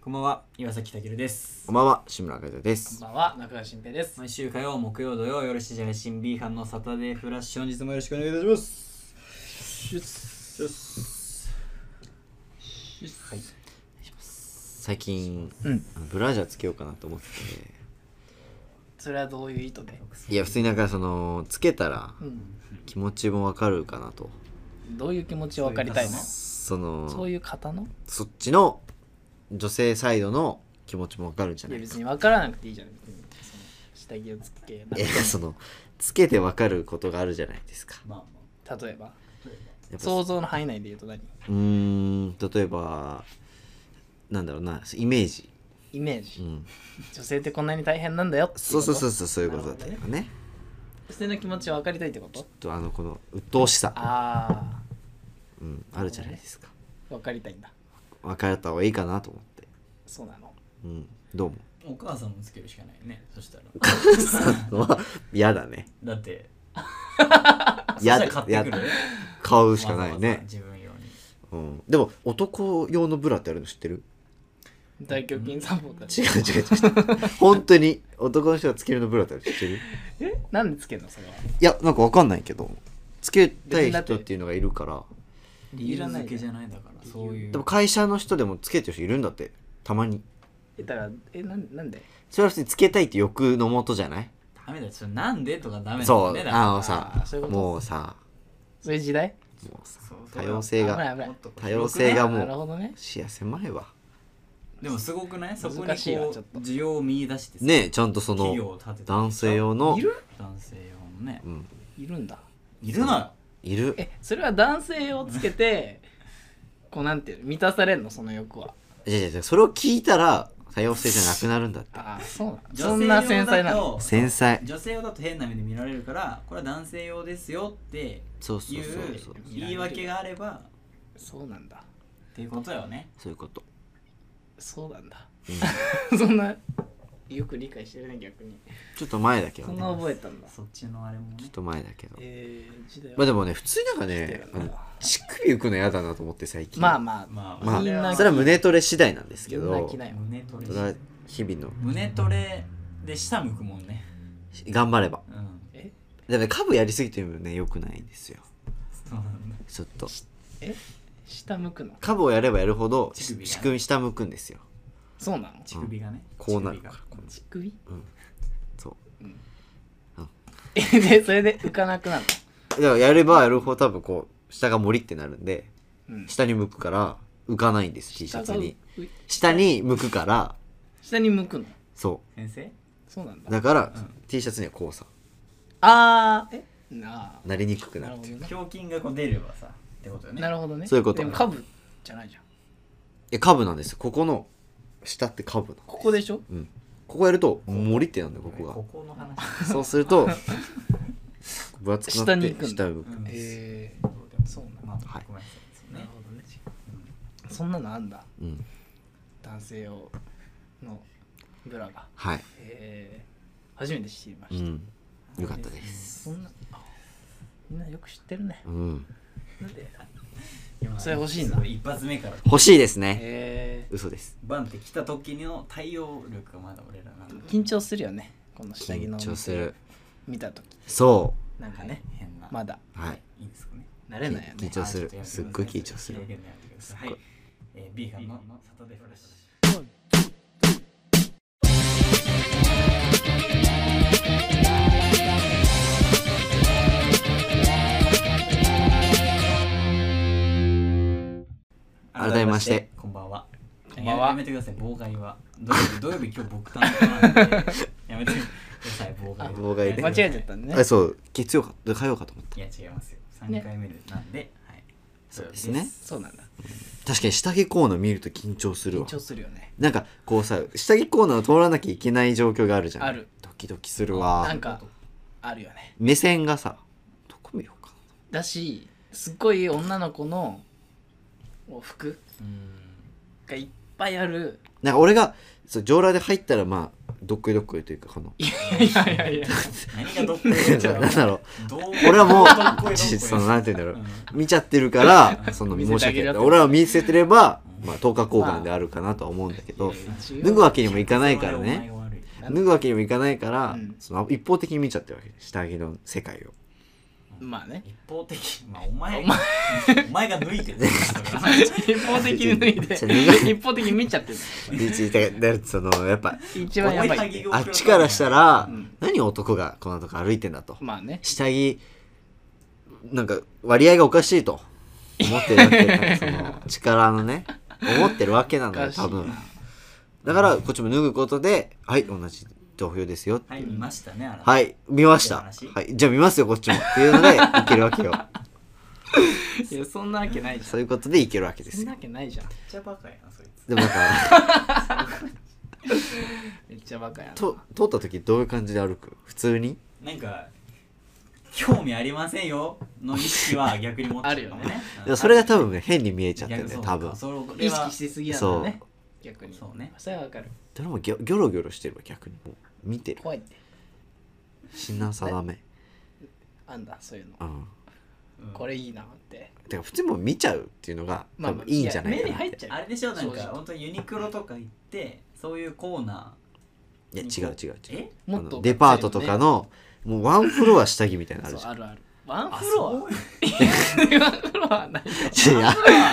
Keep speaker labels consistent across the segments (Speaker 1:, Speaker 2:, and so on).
Speaker 1: こんばんは、岩崎健です
Speaker 2: こ。んばんは、志村和也で
Speaker 3: こん
Speaker 2: す。
Speaker 3: ばんは、中川新平です。
Speaker 1: 毎週火曜、木曜、土曜、夜7時配信 B 班のサタデーフラッシュ、本日もよろしくお願いいたします。よしはい。
Speaker 2: 最近、
Speaker 3: うん
Speaker 2: あのブラジャーつけようかなと思って
Speaker 3: それはどういう意図で
Speaker 2: て、いや、普通になんかその、つけたら
Speaker 3: うん。
Speaker 2: 気持ちもわかるかなと。
Speaker 3: どういう気持ちを分かりたいの
Speaker 2: そ
Speaker 3: そ
Speaker 2: の
Speaker 3: う、いう方の
Speaker 2: そっちの女性サイドの気持ちもわかるんじゃ
Speaker 3: い
Speaker 2: ない
Speaker 3: や別に分からなくていいじゃん。別にその下着をつけなく
Speaker 2: いや、その、つけてわかることがあるじゃないですか。
Speaker 1: まあま
Speaker 3: 例えば、
Speaker 2: やっぱ
Speaker 3: 想像の範囲内で言うと何
Speaker 2: うーん、例えば、なんだろうな、イメージ。
Speaker 3: イメー
Speaker 2: う
Speaker 3: ジ。
Speaker 2: ん。
Speaker 3: 女性ってこんなに大変なんだよってい
Speaker 2: そうそうそう
Speaker 3: うこ
Speaker 2: そう、そういうことだったりとかね。
Speaker 3: と。女性の気持ちを分かりたいってこと
Speaker 2: と、あの、この、鬱陶しさ。
Speaker 3: あ
Speaker 2: うん、あるじゃないですか。
Speaker 3: あ、分かりたいんだ。
Speaker 2: 分かれた方がいいかなと思って。
Speaker 3: そうなの。
Speaker 2: うん、どうも。
Speaker 1: あ。お母さんもつけるしかないね、そ したら。
Speaker 2: まあ嫌だね
Speaker 1: だって、そしたら
Speaker 2: 嫌だ
Speaker 1: 買
Speaker 2: や
Speaker 1: ってくる。
Speaker 2: 買うしか
Speaker 1: わ
Speaker 2: ない
Speaker 1: ざわざ
Speaker 2: ね、
Speaker 1: 自分用に。
Speaker 2: うん、でも男用のブラってあるの知ってる
Speaker 3: 大胸筋三本だ
Speaker 2: 違う違う違う本当に男の人がつけるのブラってあるの知ってる
Speaker 3: え なんでつけんのそれは。
Speaker 2: いやなんかわかんないけどつけたい人っていうのがいるから
Speaker 1: 理由
Speaker 3: いらない
Speaker 1: 付
Speaker 3: ね
Speaker 1: けじゃないんだから、そういう。
Speaker 2: でも会社の人でもつけてる人いるんだってたまに
Speaker 3: え、だから、え、なんなんで
Speaker 2: それは普通につけたいって欲のもとじゃない
Speaker 1: ダメだよ、それなんでとかダメだよね。
Speaker 2: そう
Speaker 1: だから
Speaker 2: あの
Speaker 3: あ
Speaker 2: さ
Speaker 3: ーそういうこと
Speaker 2: もうさ
Speaker 3: そういう時代
Speaker 2: もうさ
Speaker 1: そうそう
Speaker 2: 多様性
Speaker 3: 危ない
Speaker 2: が
Speaker 3: 危ない
Speaker 1: もっとこう
Speaker 2: 多様性がも
Speaker 3: なる
Speaker 2: う
Speaker 3: ほどね。
Speaker 2: 視野狭いわ
Speaker 1: でもすごくないそこにこう
Speaker 3: 難しいわちょっと
Speaker 1: 需要を見出してさ
Speaker 2: ねえちゃんとそ
Speaker 1: 企業を
Speaker 2: の
Speaker 1: 立てて
Speaker 2: 男性用の
Speaker 3: いる
Speaker 1: 男性用のね
Speaker 2: うん、
Speaker 3: いるんだ。
Speaker 1: いるのよ
Speaker 2: いる
Speaker 3: えそれは男性をつけてこうなんていうの満たされんのその欲はい
Speaker 2: やいやいやそれを聞いたら多様性じゃなくなるんだって
Speaker 3: ああそうなの
Speaker 1: 女性
Speaker 3: そんな繊細
Speaker 1: 用だ
Speaker 3: なの
Speaker 1: と
Speaker 2: 繊細
Speaker 1: 女性用だと変な目で見られるからこれは男性用ですよって
Speaker 2: そうそ
Speaker 1: いうう
Speaker 2: そうそう
Speaker 1: 言い訳があれば
Speaker 3: そうなんだ
Speaker 1: っていうことよね
Speaker 2: そういうこと
Speaker 3: そうなんだ、 そんなよく理解してるね逆に
Speaker 2: ちょっと前だけど
Speaker 3: そん
Speaker 2: ね
Speaker 3: な
Speaker 2: ち
Speaker 3: 覚えたんだ
Speaker 1: そっちのあれも
Speaker 2: ょ
Speaker 1: ね
Speaker 2: っと前だけど
Speaker 3: えー、時代は
Speaker 2: まあでもね普通になんかね
Speaker 3: 来て
Speaker 2: あ
Speaker 3: るな
Speaker 2: の乳首浮くの嫌だなと思って最近
Speaker 3: まあまあ
Speaker 1: まあ
Speaker 2: まあ
Speaker 3: みんな
Speaker 2: それは胸トレ次第なんですけ
Speaker 3: みん
Speaker 2: ど
Speaker 3: な着ない
Speaker 1: 胸トレ
Speaker 2: それは日々の
Speaker 1: 胸トレで下向くもんね
Speaker 2: 頑張れば
Speaker 1: うん
Speaker 3: え
Speaker 2: でもね株やりすぎてもね良くないんですよ
Speaker 1: そうなんだ
Speaker 2: ちょっと
Speaker 3: え下向くの
Speaker 2: 株をやればやるほど
Speaker 1: 乳首が
Speaker 2: 乳首下向くんですよ
Speaker 3: そうなの
Speaker 1: 乳首がね
Speaker 2: こうなる
Speaker 1: 乳
Speaker 2: か
Speaker 1: 首
Speaker 2: ら
Speaker 1: が
Speaker 2: こう
Speaker 3: 乳首
Speaker 2: そう
Speaker 3: えでそれで浮かなくなる
Speaker 2: だからやればやるほど多分こう下が森ってなるんで
Speaker 3: の、うん、
Speaker 2: 下に向くから浮かないんです
Speaker 3: 下
Speaker 2: T シ
Speaker 3: が
Speaker 2: ャツに
Speaker 3: う
Speaker 2: 下に向くから
Speaker 3: 下に向くの
Speaker 2: そ
Speaker 1: 先生
Speaker 3: そうなん
Speaker 2: う
Speaker 3: だ
Speaker 2: だから、
Speaker 1: うん
Speaker 2: T シャツにはこうさ
Speaker 3: あーえな
Speaker 2: なりにくく
Speaker 3: あな
Speaker 2: な
Speaker 3: る
Speaker 2: る
Speaker 3: ほどね
Speaker 1: 胸筋がこう出ればさってことよね
Speaker 3: なるほどね。
Speaker 2: そういうこと
Speaker 3: でもカブじゃないじゃん。
Speaker 2: えカブなんですよここの下ってカブなの
Speaker 3: ここでしょ
Speaker 2: うんここやると森ってなんだよここが
Speaker 1: ここの話
Speaker 2: そうすると分厚くな
Speaker 3: 下
Speaker 2: っ
Speaker 3: に
Speaker 2: て
Speaker 3: 行くんだ
Speaker 2: 下向く
Speaker 1: うん
Speaker 3: えそうなんだ
Speaker 1: まあ、
Speaker 2: はい
Speaker 1: ごめんなさいそう
Speaker 3: な
Speaker 1: ね
Speaker 3: るほどね。そんなのあんだ。
Speaker 2: うん
Speaker 3: 男性用のブラが。
Speaker 2: はい
Speaker 3: えー、初めて知りま
Speaker 2: う
Speaker 3: した。
Speaker 2: んよかったです
Speaker 3: そんな、あみんなよく知ってるね。
Speaker 2: うん
Speaker 3: なんで
Speaker 1: 今
Speaker 3: それ欲しいんだ
Speaker 1: 一発目から
Speaker 2: 欲しいですね
Speaker 3: え
Speaker 2: 嘘です
Speaker 1: バンって来た時の対応力がまだ俺らなんだ
Speaker 3: ー、緊張するよね。この下着
Speaker 2: 緊
Speaker 3: の
Speaker 2: 張する
Speaker 3: 見たとき。
Speaker 2: そ
Speaker 3: なんかね、
Speaker 1: 変な
Speaker 3: まだ
Speaker 2: はい
Speaker 1: いいんですかね
Speaker 3: 慣れないよ
Speaker 2: 緊
Speaker 3: ね
Speaker 2: 張。する
Speaker 1: あちょとやめてくださ
Speaker 2: すっごい緊張する
Speaker 1: 広げないでくださいはい、えー、ビーガンのサタデーフラッシュ
Speaker 2: 改めまして
Speaker 1: こんばんは。
Speaker 3: こんばんは
Speaker 1: やめてください、妨害は。土曜 日、土曜日今日僕担当なんで、やめてください、妨害は。
Speaker 2: あ妨害ね
Speaker 3: 間違えちゃったんで
Speaker 2: あ
Speaker 3: ね。
Speaker 2: そう月曜か火曜かと思った
Speaker 1: いや、違いますよ。3回目で、なんで、はい。そう
Speaker 2: ですね
Speaker 3: そうなんだ。
Speaker 2: 確かに下着コーナー見ると緊張する
Speaker 3: 緊
Speaker 2: わ
Speaker 3: 張するよね。
Speaker 2: なんかこうさ下着コーナーを通らなきゃいけない状況があるじゃん
Speaker 3: ある
Speaker 2: ドキドキする
Speaker 3: な
Speaker 2: わ
Speaker 3: んか、あるよね。
Speaker 2: 目線がさどこ見ようか
Speaker 3: だしすっごい女の子のお服
Speaker 1: うーん
Speaker 3: がいっぱいある
Speaker 2: ななんか俺がそう上裸で入ったらまあどっこいどっこいというかこの
Speaker 3: いやいやいや
Speaker 1: 何がどっこいどっこい
Speaker 3: じゃ あ
Speaker 2: なんだろう
Speaker 1: どう
Speaker 2: 俺は
Speaker 1: どっ
Speaker 2: も
Speaker 1: こいどっこ
Speaker 2: う
Speaker 1: い
Speaker 2: ちそのなんて言うんだろう
Speaker 1: う
Speaker 2: 見ちゃってる からその
Speaker 3: 見せて
Speaker 2: 申し
Speaker 3: あげ
Speaker 2: 訳
Speaker 3: る
Speaker 2: な
Speaker 3: や
Speaker 2: い
Speaker 3: つ
Speaker 2: 俺は見せてればまあ等価交換であるかなとは思うんだけど脱ぐわけにもいかないからね
Speaker 1: お前が悪い
Speaker 2: 脱ぐわけにもいかないから、
Speaker 3: うん
Speaker 2: その一方的に見ちゃってるわけ下着の世界を
Speaker 3: まあね
Speaker 1: 一方的まあお前 お前が脱いでる
Speaker 3: 一方的に脱いで
Speaker 2: ちょっと
Speaker 3: 一方的に見ちゃってる
Speaker 2: でちだからそのやっぱ
Speaker 3: 一番やばいって
Speaker 2: あっちからしたら、
Speaker 3: うん
Speaker 2: 何男がこんなとこ歩いてんだと
Speaker 3: まあね
Speaker 2: 下着なんか割合がおかしいと思ってるわけだその力のね思ってるわけなのよ多
Speaker 3: お
Speaker 2: 分
Speaker 3: か
Speaker 2: だからこっちも脱ぐことではい同じ同票ですよ
Speaker 1: はい見ましたねあなた
Speaker 2: はい見ました
Speaker 1: いい話
Speaker 2: はいじゃあ見ますよこっちもっていうのでいけるわけよ
Speaker 3: いやそんなわけないじゃ
Speaker 2: そういうことでいけるわけで
Speaker 3: んそ
Speaker 2: す
Speaker 3: んな
Speaker 2: よ
Speaker 3: わけないじゃん
Speaker 1: めっちゃバカやなそいつ
Speaker 2: でもなんか
Speaker 3: めっちゃバカやな
Speaker 2: と通った時どういう感じで歩く普通に
Speaker 1: なんか興味ありませんよの意識は逆に持ってるかもね
Speaker 2: いやそれが多分ね変に見えちゃってるんだよ
Speaker 1: 逆
Speaker 2: 多分
Speaker 1: そうかそれ
Speaker 3: 意
Speaker 1: は
Speaker 3: 識してすぎやんだね逆に
Speaker 1: そうね
Speaker 3: それはわかる
Speaker 2: でもギョギョロギョロしてるわ逆にもう見てる
Speaker 3: 怖いって
Speaker 2: 品定め
Speaker 3: あんだそういうの
Speaker 2: うん
Speaker 1: うん
Speaker 3: これいいなって
Speaker 2: てか普通にもう見ちゃうっていうのが多分いいんじゃない
Speaker 3: や
Speaker 2: かな
Speaker 3: 目に
Speaker 2: って
Speaker 3: 入
Speaker 2: い
Speaker 3: っちゃ
Speaker 1: あ
Speaker 3: う
Speaker 1: れでしょなんか
Speaker 3: 正直
Speaker 1: 本当にユニクロとか行ってそういうコーナ
Speaker 2: や違う違う違う
Speaker 1: え
Speaker 2: あ
Speaker 3: もっと
Speaker 2: のデパートとかのもうワンフロア下着みたいなのあるじゃん
Speaker 3: そう あるあるワン
Speaker 1: ーあ
Speaker 3: フロ
Speaker 1: そういう
Speaker 3: アワンフロアはない
Speaker 2: いや
Speaker 3: ワン
Speaker 2: あ
Speaker 3: 店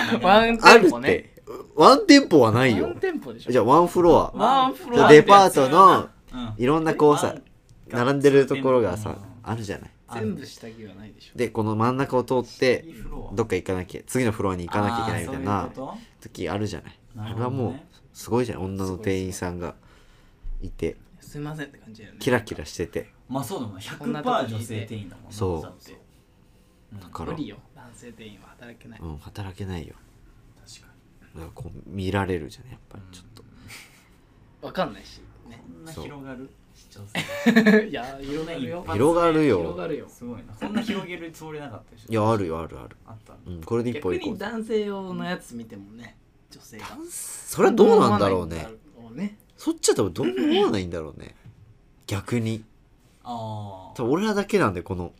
Speaker 2: るっ
Speaker 3: 舗ね
Speaker 2: てワン店舗はない
Speaker 3: ワ
Speaker 2: よ
Speaker 3: ン店舗でしょ
Speaker 2: じゃあワンフロア
Speaker 3: ワンフ
Speaker 2: じ
Speaker 3: ロ
Speaker 2: ゃ
Speaker 3: ア
Speaker 2: あ
Speaker 3: って
Speaker 2: デ
Speaker 3: やつ
Speaker 2: パートの
Speaker 1: うん
Speaker 2: いろんなこうさ
Speaker 1: ワン
Speaker 2: 並んでるところが
Speaker 1: う
Speaker 2: さ
Speaker 1: ん
Speaker 2: あるじゃない
Speaker 3: 全部下着はないでしょ
Speaker 2: でこの真ん中を通って
Speaker 1: いいフロア
Speaker 2: どっか行かなきゃ次のフロアに行かなきゃいけないみたい
Speaker 1: あー
Speaker 2: な
Speaker 1: そういうこ
Speaker 2: 時あるじゃない
Speaker 1: な
Speaker 2: あ
Speaker 1: る
Speaker 2: れ
Speaker 1: ほど
Speaker 2: は
Speaker 1: ね
Speaker 2: もうすごいじゃん女の店員さんがいて
Speaker 3: すいませんって感じだよね
Speaker 2: キラキラしてて
Speaker 1: とまあそうだもん
Speaker 3: こんなとこ
Speaker 1: 100%
Speaker 3: にいて
Speaker 1: 女性店員だもんな
Speaker 2: そう
Speaker 1: だってうん
Speaker 2: だ
Speaker 1: 確
Speaker 2: から
Speaker 3: 無理よ男性店員は働けない
Speaker 2: うん働けないよ
Speaker 1: かに
Speaker 2: だからこう見られるじゃないやっぱりちょっと
Speaker 3: わかんないしね
Speaker 1: こんな
Speaker 2: そう
Speaker 1: 広がる女性
Speaker 3: いや広がるよ
Speaker 1: うん
Speaker 2: 広がるよ
Speaker 3: 広がるよ
Speaker 1: すごいなこんな広げるつもりなかったでしょ
Speaker 2: いやあるよあるある
Speaker 1: あったんだ
Speaker 2: うんこれで一歩
Speaker 3: 逆
Speaker 2: 行こ
Speaker 3: に
Speaker 2: う
Speaker 3: 男性用のやつ見てもね女性が
Speaker 2: それはどうなんだろうね
Speaker 3: 思わないんだろうね
Speaker 2: そっちは多分どうも思わないんだろうね逆に
Speaker 1: あ
Speaker 2: 多分俺らだけなんでこの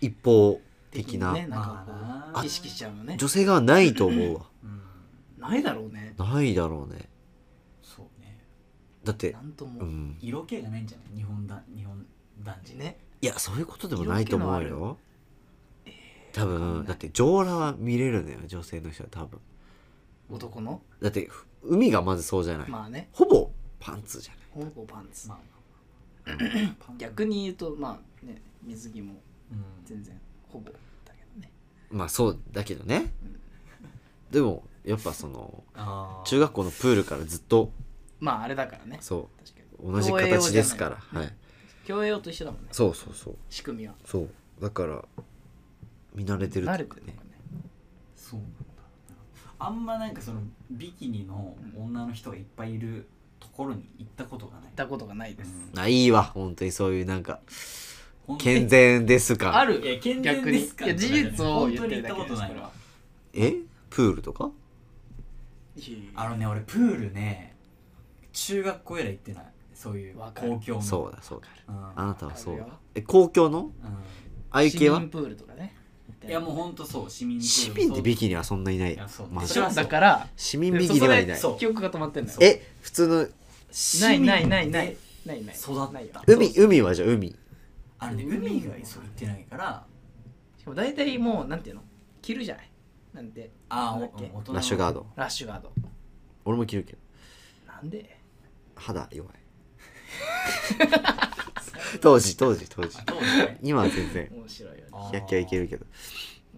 Speaker 2: 一方的な、
Speaker 3: ねなん
Speaker 1: ま
Speaker 3: か
Speaker 1: あ
Speaker 3: こ
Speaker 1: な
Speaker 3: う意識しちゃうのね
Speaker 2: 女性側はないと思うわ
Speaker 1: あうん
Speaker 3: ないだろうね
Speaker 2: ないだろうね
Speaker 1: そうね
Speaker 2: だって
Speaker 3: なんと
Speaker 2: う
Speaker 3: も
Speaker 2: ん
Speaker 1: 色気がないんじゃない日本だ日本男児
Speaker 3: ね
Speaker 2: いやそういうことでもないと思う
Speaker 3: 色気
Speaker 2: よ多
Speaker 3: わかんな
Speaker 2: 分
Speaker 3: い
Speaker 2: だって上裸は見れるのよ女性の人は多分
Speaker 3: 男の
Speaker 2: だって海がまずそうじゃない、
Speaker 3: まあね
Speaker 2: ほぼパンツじゃない
Speaker 3: ほぼパンツ
Speaker 1: まあ パン
Speaker 3: 逆に言うとまあね水着も
Speaker 1: うん
Speaker 3: 全然ほぼだけどね
Speaker 2: まあそうだけどね
Speaker 3: うん
Speaker 2: でもやっぱその
Speaker 1: あー
Speaker 2: 中学校のプールからずっと
Speaker 3: まああれだからね
Speaker 2: そ
Speaker 3: 確かに
Speaker 2: う同じ形ですからはい
Speaker 3: 競泳用と一緒だもんね
Speaker 2: そうそうそう
Speaker 3: 仕組みは
Speaker 2: そうだから見慣れてる
Speaker 3: 慣
Speaker 2: と
Speaker 3: れ
Speaker 2: いう
Speaker 3: て
Speaker 2: か
Speaker 3: るの
Speaker 2: ね
Speaker 3: かね
Speaker 1: そうなんだあんまなんかそのビキニの女の人がいっぱいいるところに行ったことがない
Speaker 3: 行ったことがないです
Speaker 1: うん
Speaker 2: あいいわ本当にそういうなんか
Speaker 1: ほんと
Speaker 2: 健全ですか
Speaker 3: ある
Speaker 1: いや健全
Speaker 3: 逆
Speaker 1: で
Speaker 3: にい
Speaker 1: すか
Speaker 3: や事実を言って
Speaker 1: 本当に行っ
Speaker 3: るだけです
Speaker 1: たことない
Speaker 3: これは
Speaker 2: えプールとか
Speaker 1: あのね俺プールね中学校以来行ってないそういう
Speaker 3: わかる
Speaker 1: 公共の
Speaker 2: そうだそうだ
Speaker 1: うん
Speaker 2: あなたはそうだ
Speaker 3: わかるよ
Speaker 2: え公共の
Speaker 1: う
Speaker 2: 愛
Speaker 3: 市
Speaker 2: 系は
Speaker 3: 民プールとかね
Speaker 1: んいやもうほんとそう市民プー
Speaker 2: 市
Speaker 1: ル
Speaker 2: 民ってビキニはそんないない
Speaker 1: いやそう
Speaker 2: マジ
Speaker 1: それは
Speaker 3: だから
Speaker 2: 市民ビキニはいない
Speaker 1: そう
Speaker 3: 記憶が止まってんのよ
Speaker 2: え普通の
Speaker 1: そう
Speaker 3: ないないないないないない
Speaker 1: 育った
Speaker 3: ないよ
Speaker 2: 海海はじゃあ海
Speaker 1: あれね海がそう行ってないから
Speaker 3: しかも大体もうなんていうの着るじゃないなんて
Speaker 1: ああ
Speaker 3: なんだっけ
Speaker 1: 大人
Speaker 2: ラッシュガー
Speaker 1: ド
Speaker 2: ド
Speaker 3: ラッシュガード
Speaker 2: 俺も着るけど
Speaker 3: なんで
Speaker 2: 肌弱い 当時当時当時
Speaker 1: そうだね
Speaker 2: 今は全然
Speaker 3: 面白いよね
Speaker 1: あー
Speaker 2: 日焼けはいけるけど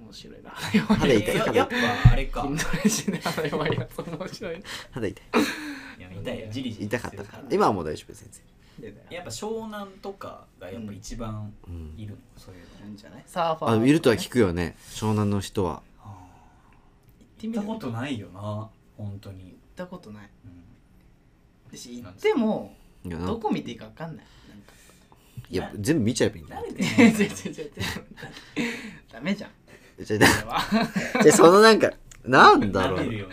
Speaker 3: 面白いな
Speaker 2: 肌痛い
Speaker 1: や
Speaker 2: 肌
Speaker 1: やっ
Speaker 2: 痛い
Speaker 1: ぱあれか
Speaker 3: 筋トレしないあやばいやつ面白い
Speaker 2: 肌痛
Speaker 1: いや痛いよじりじ
Speaker 2: い
Speaker 1: り
Speaker 2: 痛かったから今はもう大丈夫全然
Speaker 3: 出たよ
Speaker 1: やっぱ湘南とかがやっぱ一番
Speaker 2: うん
Speaker 1: いるの、そういうの
Speaker 3: なんじゃないサーファ
Speaker 2: あ
Speaker 3: ー
Speaker 2: いるとは聞くよね湘南の人は
Speaker 3: 行って
Speaker 1: 見
Speaker 3: み
Speaker 1: た
Speaker 3: た
Speaker 1: こ
Speaker 3: こと
Speaker 1: とないよな本当に、
Speaker 3: 行ったことない
Speaker 1: うん
Speaker 3: 私行っても
Speaker 2: いやな
Speaker 3: どこ見ていいか分かんないなんか
Speaker 2: いや全部見ちゃえばいいんだよ
Speaker 1: 慣れて
Speaker 3: 違う
Speaker 1: ない
Speaker 3: 違う違う違うダメじゃん
Speaker 2: じゃ
Speaker 3: それは
Speaker 2: あじゃあそのなんかなんだろ
Speaker 1: 舐める
Speaker 2: う
Speaker 1: よ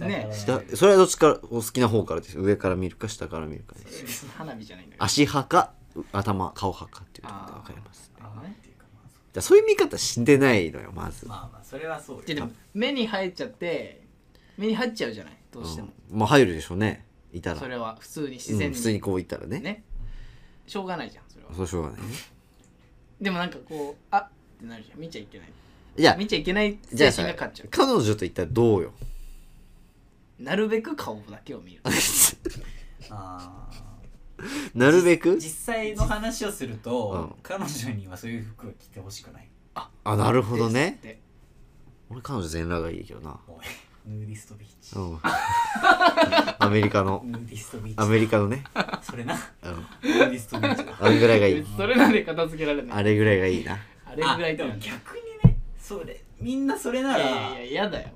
Speaker 1: ね。
Speaker 3: ね
Speaker 1: 下か
Speaker 2: 下
Speaker 1: ら舐める
Speaker 2: それはどっちからお好きな方からです上から見るか下から見るかです
Speaker 3: 別に花火じゃないんだけど。
Speaker 2: 足派か頭顔派かっていうところで分かります
Speaker 1: あーっていうかまあそ
Speaker 2: じゃあそういう見方死んでないのよまず
Speaker 1: うまあまあそれはそうよ
Speaker 3: ででも目に入っちゃって目に入っちゃうじゃないどうしても、
Speaker 2: うんまあ入るでしょうねいたら
Speaker 3: それは普通に自
Speaker 2: う
Speaker 3: 然
Speaker 2: ん
Speaker 3: に、
Speaker 2: 普通にこういったらね
Speaker 3: ねしょうがないじゃんそれは
Speaker 2: そうしょうがないね
Speaker 3: でもなんかこうあってなるじゃん見ちゃいけない
Speaker 2: じゃあ
Speaker 3: 見ちゃいけない
Speaker 2: じゃ
Speaker 3: 精
Speaker 2: あさ
Speaker 3: 神が勝っちゃう
Speaker 2: 彼女といったらどうよ
Speaker 3: なるべく顔だけを見る
Speaker 1: あー
Speaker 2: なるべく
Speaker 1: 実際の話をすると
Speaker 2: う、ん
Speaker 1: 彼女にはそういう服を着てほしくない
Speaker 2: あなるほどね
Speaker 3: ですって
Speaker 2: 俺彼女全裸がいいけどな
Speaker 1: おいヌーディストビーチ
Speaker 2: うんアメリカの
Speaker 1: ヌーディストビ
Speaker 2: ア
Speaker 1: ーチ
Speaker 2: メリカのね、
Speaker 1: それな
Speaker 2: うん、
Speaker 1: ヌーディストビーチだ
Speaker 2: あれぐらいが いい
Speaker 3: それなんで片付けられない
Speaker 2: あれぐらいがいいな
Speaker 3: あれぐらい
Speaker 1: あで
Speaker 3: だよ
Speaker 1: も
Speaker 3: い
Speaker 1: 逆にねそれみんなそれな
Speaker 3: や
Speaker 1: ら
Speaker 3: いやいややだよ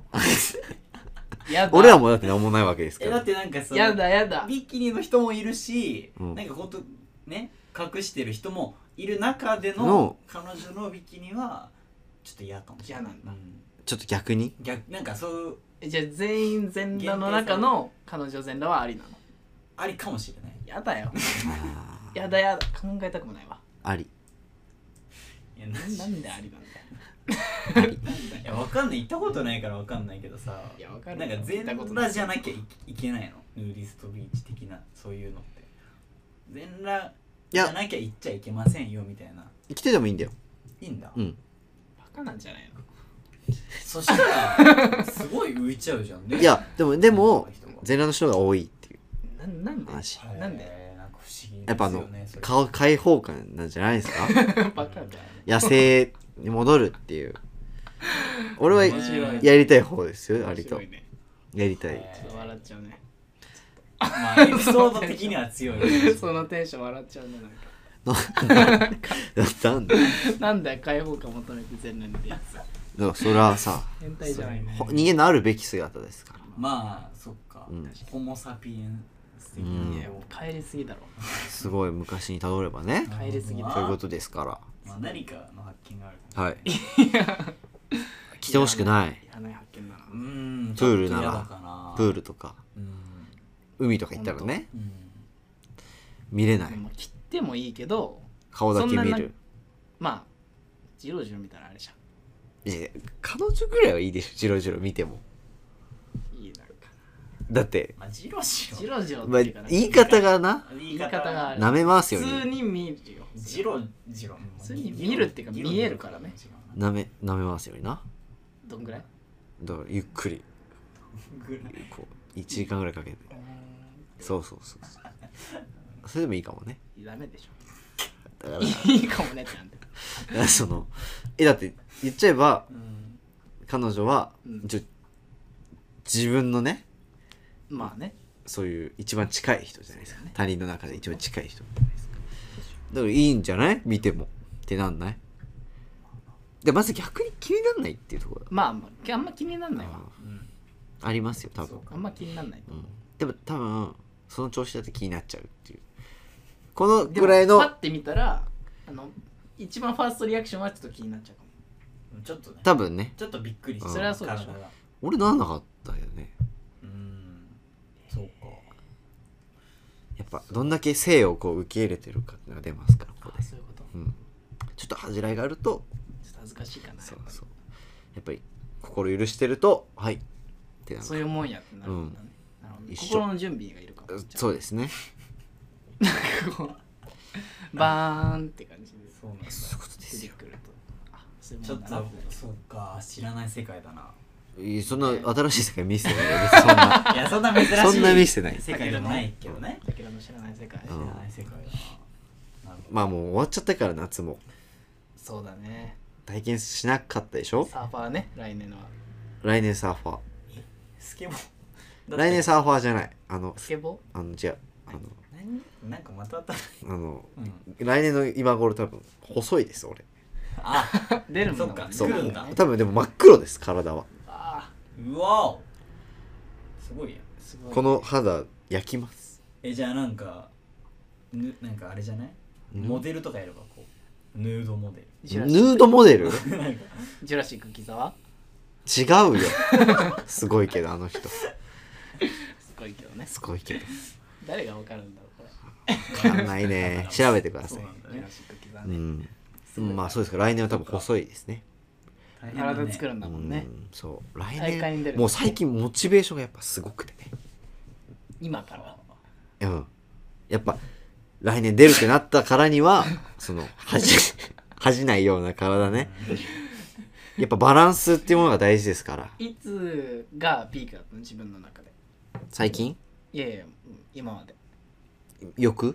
Speaker 3: やだ
Speaker 2: 俺らもだって何もないわけですか
Speaker 1: えだっ
Speaker 2: ら
Speaker 1: てなんかその
Speaker 3: やだやだ
Speaker 1: ビキニの人もいるし、
Speaker 2: うん
Speaker 1: なんかほんとね隠してる人もいる中での
Speaker 2: の
Speaker 1: 彼女のビキニはちょっと嫌かもしれない
Speaker 3: 嫌なんだ
Speaker 1: うん
Speaker 2: ちょっと逆に
Speaker 1: 逆なんかそう
Speaker 3: えじゃあ全員全裸の中の彼女全裸はありなの
Speaker 1: ありかもしれない
Speaker 3: やだよ
Speaker 2: あー
Speaker 3: やだやだ考えたくもないわ
Speaker 2: あり
Speaker 1: いやな
Speaker 3: なんでありなんだよ
Speaker 1: いやわかんない行ったことないからわかんないけどさ
Speaker 3: いやわかる
Speaker 1: なんか全
Speaker 3: 行ったことな
Speaker 1: 裸
Speaker 3: い
Speaker 1: じゃなきゃいいけないのヌーディストビーチ的なそういうのって全裸じゃなきゃ行っちゃいけませんよみたいな
Speaker 2: 生きててもいいんだよ
Speaker 1: いいんだ、
Speaker 2: うん
Speaker 3: バカなんじゃないの
Speaker 1: そしたらすごい浮いちゃうじゃんね
Speaker 2: いやでもでも
Speaker 1: 人が
Speaker 2: 全裸の人が多いっていう
Speaker 3: ななんで
Speaker 2: 話
Speaker 1: へー
Speaker 3: なんで
Speaker 1: なんか不思議ですよね
Speaker 2: やっぱあの
Speaker 1: それ
Speaker 2: 顔開放感なんじゃないです か
Speaker 3: バカだよ
Speaker 2: 野生に戻るっていう俺は
Speaker 1: 面白い
Speaker 2: やりたい方ですよ割
Speaker 3: 面
Speaker 2: と
Speaker 3: 白いね
Speaker 2: やりたい
Speaker 3: ちょっと笑っちゃうね
Speaker 1: まあエピソード的には強いよね
Speaker 3: そのテンション笑っちゃうねなんか
Speaker 2: なんだ
Speaker 3: なんだよ開放感求めて全裸にってやつ
Speaker 2: だからそれはさ
Speaker 3: 変態じゃないの
Speaker 2: ほ人間のあるべき姿ですから
Speaker 1: まあそっか、
Speaker 2: うん
Speaker 1: ホモ・サピエンス的
Speaker 2: うん
Speaker 1: な
Speaker 3: ねもう帰りすぎだろ
Speaker 2: すごい昔にたどればね
Speaker 3: 帰りすぎだ
Speaker 2: そういうことですか
Speaker 1: まあ、何かの発見がある
Speaker 2: らはい来てほしくない
Speaker 3: いらない発見だな
Speaker 1: うーん
Speaker 2: プールな
Speaker 1: ちょっと嫌
Speaker 2: ら
Speaker 1: だかな
Speaker 2: プールとか
Speaker 1: うん
Speaker 2: 海とか行ったらね
Speaker 1: うん
Speaker 2: 見れない
Speaker 3: でも切ってもいいけど
Speaker 2: 顔だけ
Speaker 3: そん
Speaker 2: 見
Speaker 3: なな
Speaker 2: る
Speaker 3: まあジロジロ見たらあれじゃ
Speaker 2: いや彼女ぐらいはいいでしょジロジロ見ても
Speaker 3: んいいなんか
Speaker 2: だって、
Speaker 1: まあジロジロ
Speaker 3: ジロジロって
Speaker 2: まあ、
Speaker 3: いうかなんか
Speaker 2: 言い方がな
Speaker 1: 言
Speaker 3: 言い方がある
Speaker 2: 舐め回すよう
Speaker 3: 普通
Speaker 2: に
Speaker 3: に見るよ
Speaker 1: ジロジロ
Speaker 3: 普通に見るっていうか見えるからね
Speaker 1: ジロジロ
Speaker 2: 舐め舐め回すようにな
Speaker 3: どんぐらい
Speaker 2: だからゆっくり
Speaker 1: ぐらい
Speaker 2: こう1時間ぐらいかけてそうそうそうそうそれでもいいかもね
Speaker 3: ダメでしょ
Speaker 2: だか
Speaker 3: いいかもねってなんだよ
Speaker 2: ら そのえだって言っちゃえば
Speaker 1: うん
Speaker 2: 彼女は、
Speaker 3: うん
Speaker 2: じゃ自分のね
Speaker 3: まあね
Speaker 2: そういう一番近い人じゃないですか、
Speaker 3: そうだね
Speaker 2: 他人の中で一番近い人じゃないですかだからいいんじゃない見てもってなんないでまず逆に気にならないっていうところだ
Speaker 3: まあまああんま気になんないわ
Speaker 1: うん
Speaker 2: ありますよ多分
Speaker 1: そう
Speaker 3: あんま気になんないと
Speaker 2: う
Speaker 3: 思うん
Speaker 2: でも多分その調子だと気になっちゃうっていうこの
Speaker 3: で
Speaker 2: ぐ
Speaker 3: も
Speaker 2: らいの
Speaker 3: パッて見たらあの一番ファーストリアクションはちょっと気になっちゃうかも
Speaker 1: ちょっとね
Speaker 2: 多分ね
Speaker 1: ちょっとびっくりし
Speaker 2: うん
Speaker 1: た
Speaker 2: そ
Speaker 3: れはそうでしょ
Speaker 1: 体が
Speaker 2: 俺なんなかったよね
Speaker 1: うんそうか
Speaker 2: やっぱどんだけ性をこう受け入れてるかっていうのが出ますからここ
Speaker 3: あ
Speaker 2: で、
Speaker 3: そういうこと
Speaker 2: うん、ちょっと恥じらいがあると
Speaker 3: ちょっと恥ずかしいかな
Speaker 2: そうそうやっぱり心許してるとはいってなる
Speaker 3: そういうもんやってなるんだね、なるほどね
Speaker 2: 一緒
Speaker 3: 心の準備がいるかも
Speaker 2: そう
Speaker 3: う
Speaker 2: ですね
Speaker 3: バーンって感じで
Speaker 1: そうなんだ
Speaker 2: そういうことです
Speaker 3: 出て
Speaker 2: よ
Speaker 3: くるとあそういう
Speaker 1: ち
Speaker 3: も
Speaker 1: ょ
Speaker 3: ん
Speaker 1: っ
Speaker 3: だ
Speaker 1: と
Speaker 3: な
Speaker 1: そうか知らない世界だ ない
Speaker 2: やそんな新しい世界見せてないよ別にそんない
Speaker 1: やそんな珍しい
Speaker 2: そんな見せてない
Speaker 1: 世界じゃないけどね
Speaker 3: だけども知らない世界、
Speaker 1: 知ら
Speaker 2: ん
Speaker 1: ない世界だななるほど
Speaker 2: まあもう終わっちゃったから夏も
Speaker 3: そうだね
Speaker 2: 体験しなかったでしょ
Speaker 3: サーファーね来年のは
Speaker 2: 来年サーファ
Speaker 1: スケボー
Speaker 2: ー来年
Speaker 1: さ
Speaker 2: サーファーじゃないあの
Speaker 3: スケボ
Speaker 2: あの違うあの
Speaker 1: なんかまた新しい
Speaker 2: あの
Speaker 1: うん
Speaker 2: 来年の今頃多分細いです俺
Speaker 1: あ
Speaker 3: ー出るもん
Speaker 1: そっか
Speaker 2: そ
Speaker 1: 来るん
Speaker 2: う
Speaker 1: だ
Speaker 2: 多分でも真っ黒です体は
Speaker 3: あ
Speaker 1: うわおすごいやん
Speaker 3: ーすごい
Speaker 2: この肌焼きます
Speaker 1: えじゃあなんかぬなんかあれじゃない
Speaker 2: ん
Speaker 1: モデルとかやればこうヌードモデ
Speaker 3: ジ
Speaker 2: ヌ
Speaker 3: ュラシ
Speaker 2: ードモデル
Speaker 1: ルなんか
Speaker 3: ジュラシック木沢
Speaker 2: 違うよすごいけどあの人
Speaker 3: すごいけどね
Speaker 2: すごいけど
Speaker 3: 誰がわかるんだろうこれ
Speaker 2: わかんないね調べてくださ
Speaker 1: そう
Speaker 2: い
Speaker 1: なんだね
Speaker 3: らしく刻
Speaker 2: うん
Speaker 3: で
Speaker 2: んまあそうですか来年は多分細いですね
Speaker 1: 大変だね
Speaker 3: 体作るんだもんね
Speaker 2: うんそう来
Speaker 3: 大会に出
Speaker 2: 年
Speaker 3: る
Speaker 2: もう最近モチベーションがやっぱすごくてね
Speaker 3: 今から
Speaker 2: うんやっぱ来年出るってなったからに はその恥じ恥じないような体ねやっぱバランスっていうものが大事ですから
Speaker 3: いつがピークだったの自分の中で
Speaker 2: 最近
Speaker 3: いやいやうん今まで
Speaker 2: 欲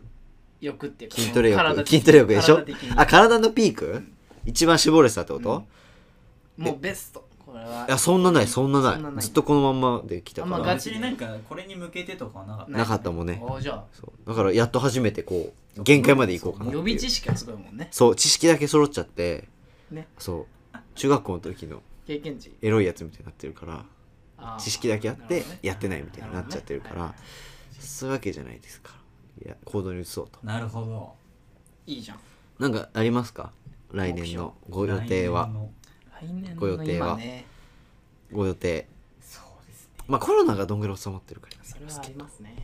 Speaker 3: 欲っていうか
Speaker 2: 筋トレ
Speaker 3: 体
Speaker 2: 欲
Speaker 3: 的に
Speaker 2: 筋トレ欲でしょ
Speaker 3: 体的に
Speaker 2: あ体のピーク一番絞れてたってこと、
Speaker 3: もうベストこれはい
Speaker 2: やそんなないそんなない
Speaker 3: そんなない
Speaker 2: ずっとこのまんまできたか
Speaker 3: あんま
Speaker 2: ら
Speaker 3: ガ
Speaker 1: 別になんかこれに向けてとかはなかった
Speaker 2: なかったもんね
Speaker 3: おじゃ
Speaker 2: そうだからやっと初めてこう限界まで行こう
Speaker 3: あ
Speaker 2: かなって
Speaker 3: 予
Speaker 2: いう
Speaker 3: 備知識はすごいもんね
Speaker 2: そう知識だけ揃っちゃって、
Speaker 3: ね
Speaker 2: そう中学校の時の
Speaker 3: 経験値
Speaker 2: エロいやつみたいになってるから
Speaker 3: あー
Speaker 2: 知識だけあっ
Speaker 3: なる
Speaker 2: て
Speaker 3: ほどね
Speaker 2: やってないみたいになっちゃってるか
Speaker 3: なる
Speaker 2: らそういうわけじゃないですからいや行動に移そうと
Speaker 1: なるほど
Speaker 3: いいじゃん
Speaker 2: なんかありますか来年のご予定
Speaker 1: 来
Speaker 2: は
Speaker 1: 年の
Speaker 3: 来年
Speaker 2: ご予
Speaker 3: の
Speaker 2: 定
Speaker 3: 今
Speaker 2: は
Speaker 3: ね
Speaker 2: ご予定
Speaker 1: そうですね
Speaker 2: まあコロナがどんぐらい収まってるかに
Speaker 3: それはありますね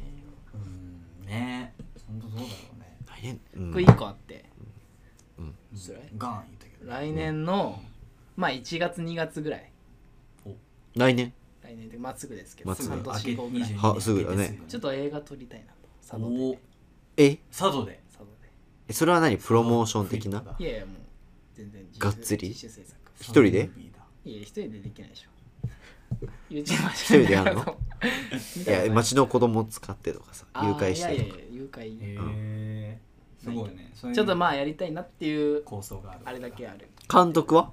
Speaker 1: うんね本当どうだろうね
Speaker 2: 来年、うん
Speaker 3: これ一個あってそれ
Speaker 1: ガン言ったけど
Speaker 3: 来年のまあ1月2月ぐらい
Speaker 2: 来年
Speaker 3: 来年でまっすぐですけ
Speaker 2: ま
Speaker 3: ど
Speaker 2: っすぐ
Speaker 3: 半年後ぐらい
Speaker 2: はすぐだね
Speaker 3: ちょっと映画撮りたいなと佐渡で
Speaker 1: お
Speaker 2: え
Speaker 1: 佐渡で
Speaker 3: 佐渡で
Speaker 2: えそれは何プロモーション的ない
Speaker 3: やいやもう全然自主
Speaker 2: がっつり
Speaker 3: 自主制作
Speaker 2: 一人で
Speaker 3: いや一人でできない でしょ YouTuber
Speaker 2: 一人で やんの
Speaker 3: 見
Speaker 2: い
Speaker 3: たことな
Speaker 2: や町の子供使ってとかさ
Speaker 3: あー
Speaker 2: 誘拐して
Speaker 3: いやい
Speaker 2: と
Speaker 3: や
Speaker 2: か
Speaker 3: いや誘拐、
Speaker 1: へえすごいねそういう
Speaker 3: ちょっとまあやりたいなっていう
Speaker 1: 構想がある
Speaker 3: あれだけある
Speaker 2: 監督は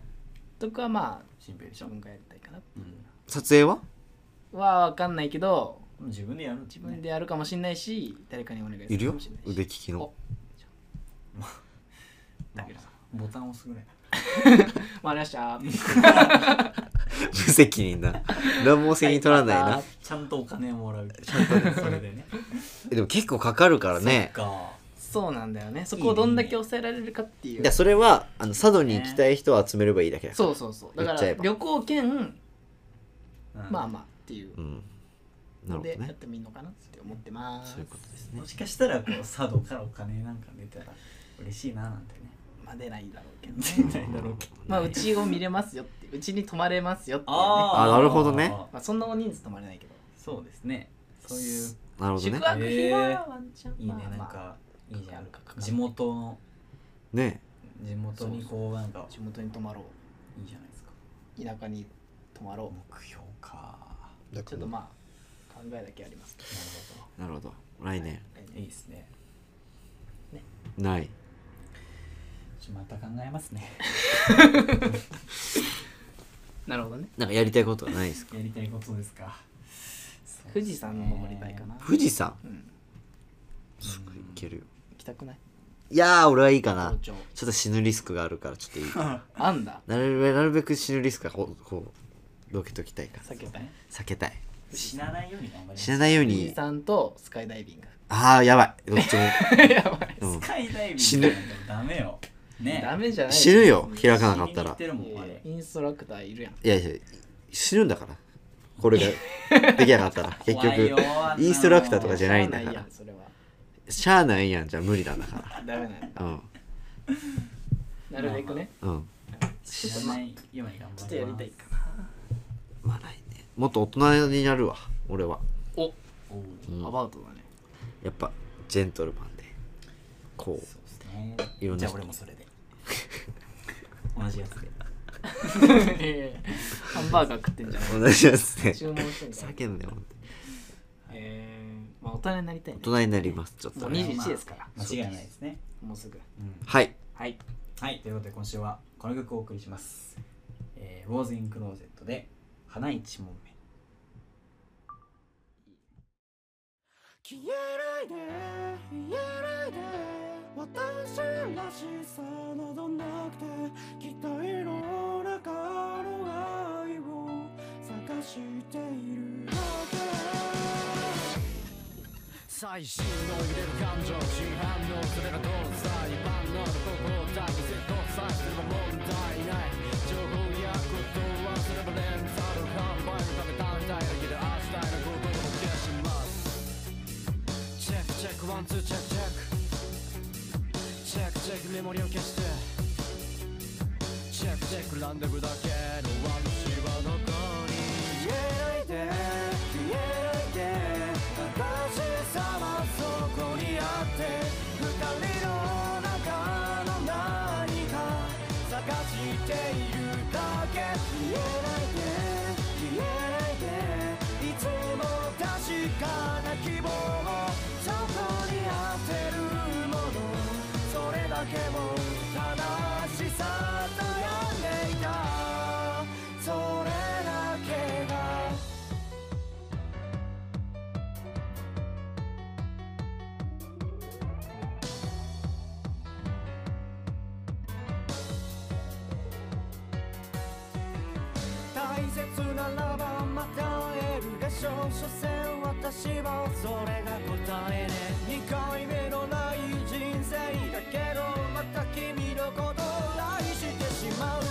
Speaker 3: とかまあ
Speaker 1: 新兵でし
Speaker 3: 自
Speaker 1: ょ
Speaker 3: 分がやりたいかな
Speaker 1: うん
Speaker 2: 撮影は
Speaker 3: は分かんないけど
Speaker 1: 自分でやる自
Speaker 3: 自分でやるかもしれないし誰かにお願いす
Speaker 2: いる
Speaker 3: るか
Speaker 2: よ
Speaker 3: もしれないし
Speaker 2: 腕利きの
Speaker 3: おだけどさ
Speaker 1: ボタン押すぐらい
Speaker 3: 回り ました
Speaker 2: 無責任 な何も責任取らないな
Speaker 1: ちゃんとお金をも らうちゃんとそれでね
Speaker 2: えでも結構かかるからね
Speaker 1: が
Speaker 3: そうなんだよねそこをどんだけ抑えられるかっていう
Speaker 2: いやそれはあの佐渡に行きたい人を集めればいいだけだから
Speaker 3: そうそうそうだか
Speaker 2: 言っちゃえ
Speaker 3: ら
Speaker 2: ば
Speaker 3: 旅行兼まあ
Speaker 1: ま
Speaker 3: まあっていう
Speaker 2: うんなる
Speaker 3: の
Speaker 2: ほど
Speaker 3: でやっ
Speaker 2: ね
Speaker 3: てもいいのかなって思ってます
Speaker 2: そういうことです
Speaker 1: あ
Speaker 2: ね
Speaker 1: もしかしたらこう佐渡からお金なんか出たら嬉しいななんてね
Speaker 3: まあ出ないだろうけど
Speaker 1: 出
Speaker 3: ね
Speaker 1: ないだろうけど
Speaker 3: まあうちを見れますよってうちに泊まれますよっていうね
Speaker 1: あー
Speaker 2: あなるほどね
Speaker 3: まあそんな大人数泊まれないけど
Speaker 1: そうですねそういう
Speaker 2: なるほど
Speaker 3: 宿
Speaker 2: ね
Speaker 3: 泊費はワンチャン
Speaker 1: いいね
Speaker 3: まあ
Speaker 1: なん
Speaker 3: まあ
Speaker 1: かいいじゃ
Speaker 3: あ
Speaker 1: ん
Speaker 3: るかかかる
Speaker 1: 地元の
Speaker 2: ね
Speaker 1: 地元にこうなんか
Speaker 3: 地元に泊まろ
Speaker 1: いいじゃないですか
Speaker 3: う田舎に泊まろ
Speaker 1: 目標か
Speaker 2: え
Speaker 3: うちょっとまあ考えだけあります
Speaker 1: なるほ
Speaker 2: なるほど来年
Speaker 1: どいいですね
Speaker 2: ない
Speaker 1: ちょまた考えますね
Speaker 3: なるほどね
Speaker 2: なんかやりたいことはないですか
Speaker 1: やりたいことですか
Speaker 3: 富士山も登りたいかな
Speaker 2: 富士山
Speaker 3: うん
Speaker 2: すごい行けるよ
Speaker 3: 行きたくない
Speaker 2: いやー俺はいいかな
Speaker 3: 登頂
Speaker 2: ちょっと死ぬリスクがあるからちょっといい
Speaker 3: あんだ
Speaker 2: なるべなるべく死ぬリスクはこうこうどけときたいから
Speaker 3: 避けたい
Speaker 2: 避けたい
Speaker 1: 死なないように頑張ります
Speaker 2: 死なないよう
Speaker 3: 富士
Speaker 2: に
Speaker 3: 山とスカイダイビング
Speaker 2: ああやばいど っちも、
Speaker 3: やばい
Speaker 2: うん
Speaker 1: スカイダイビング
Speaker 2: 死ぬ
Speaker 1: ダメよね
Speaker 3: ダメじゃない
Speaker 2: 死ぬよ
Speaker 3: 別に
Speaker 2: 開かなかった
Speaker 1: 死にに行
Speaker 2: ら
Speaker 1: てるもんあ
Speaker 3: いやいや
Speaker 1: れ
Speaker 3: インストラクターいるやん
Speaker 2: いやいや死ぬんだからこれ ができなかったら結
Speaker 1: 怖い
Speaker 2: 局
Speaker 1: よあんなの
Speaker 2: インストラクターとかじゃないんだ
Speaker 3: し
Speaker 2: か
Speaker 3: ゃあや
Speaker 2: ら
Speaker 3: んそれは
Speaker 2: しゃあないやんじゃ無理なんだか
Speaker 3: ダメなんだ
Speaker 2: らうん
Speaker 3: なるべくね
Speaker 2: うん
Speaker 1: 死なないように頑張ります
Speaker 3: ちょっとやりたいかな
Speaker 2: まあないねもっと大人になるわ俺は、
Speaker 3: お
Speaker 1: おう
Speaker 2: うん
Speaker 3: アバウト だね
Speaker 2: やっぱジェントルマンでこ
Speaker 1: そうですね
Speaker 2: いろん
Speaker 1: じ
Speaker 2: な人
Speaker 1: ゃあ俺もそれで同じやつ で
Speaker 3: ハンバーガー食ってんじゃな
Speaker 2: う同じやつ
Speaker 3: い
Speaker 2: で
Speaker 3: 注文してんじゃない
Speaker 2: 叫んでも
Speaker 3: えー、まあ大人になりたいね
Speaker 2: 大人になりますちょっ
Speaker 3: も
Speaker 2: と
Speaker 3: う
Speaker 2: ね
Speaker 3: 21ですから
Speaker 1: 間違いないですね
Speaker 3: もうすぐ
Speaker 1: うん
Speaker 2: はい
Speaker 3: はい
Speaker 1: はい、ということで今週はこの曲をお送りします。えー、ウォーズ・イン・クローゼットで花一問目。
Speaker 4: 消えないで言えないで私らしさなどなくて期待の中の愛を探しているだけ最新の入れる感情真反応それがどうさ今のとこだ見せとさすれば問題ない情報やことはすればレンタル販売のため単体だけで明日へのことを消しますチェックチェックワンツーチェックチェックチェックチェックメモリを消してチェックチェックランデブだけの私はどこに消えないで消えないで正しさはそこにあって二人の中の何か探しているだけ消えないで消えないでいつも確かな希望そこにあってるものそれだけを正しさと呼んでいたそれだけが大切ならばまた会えるでしょう所詮私はそれが答えね2回目のない人生だけどまた君のことを愛してしまう分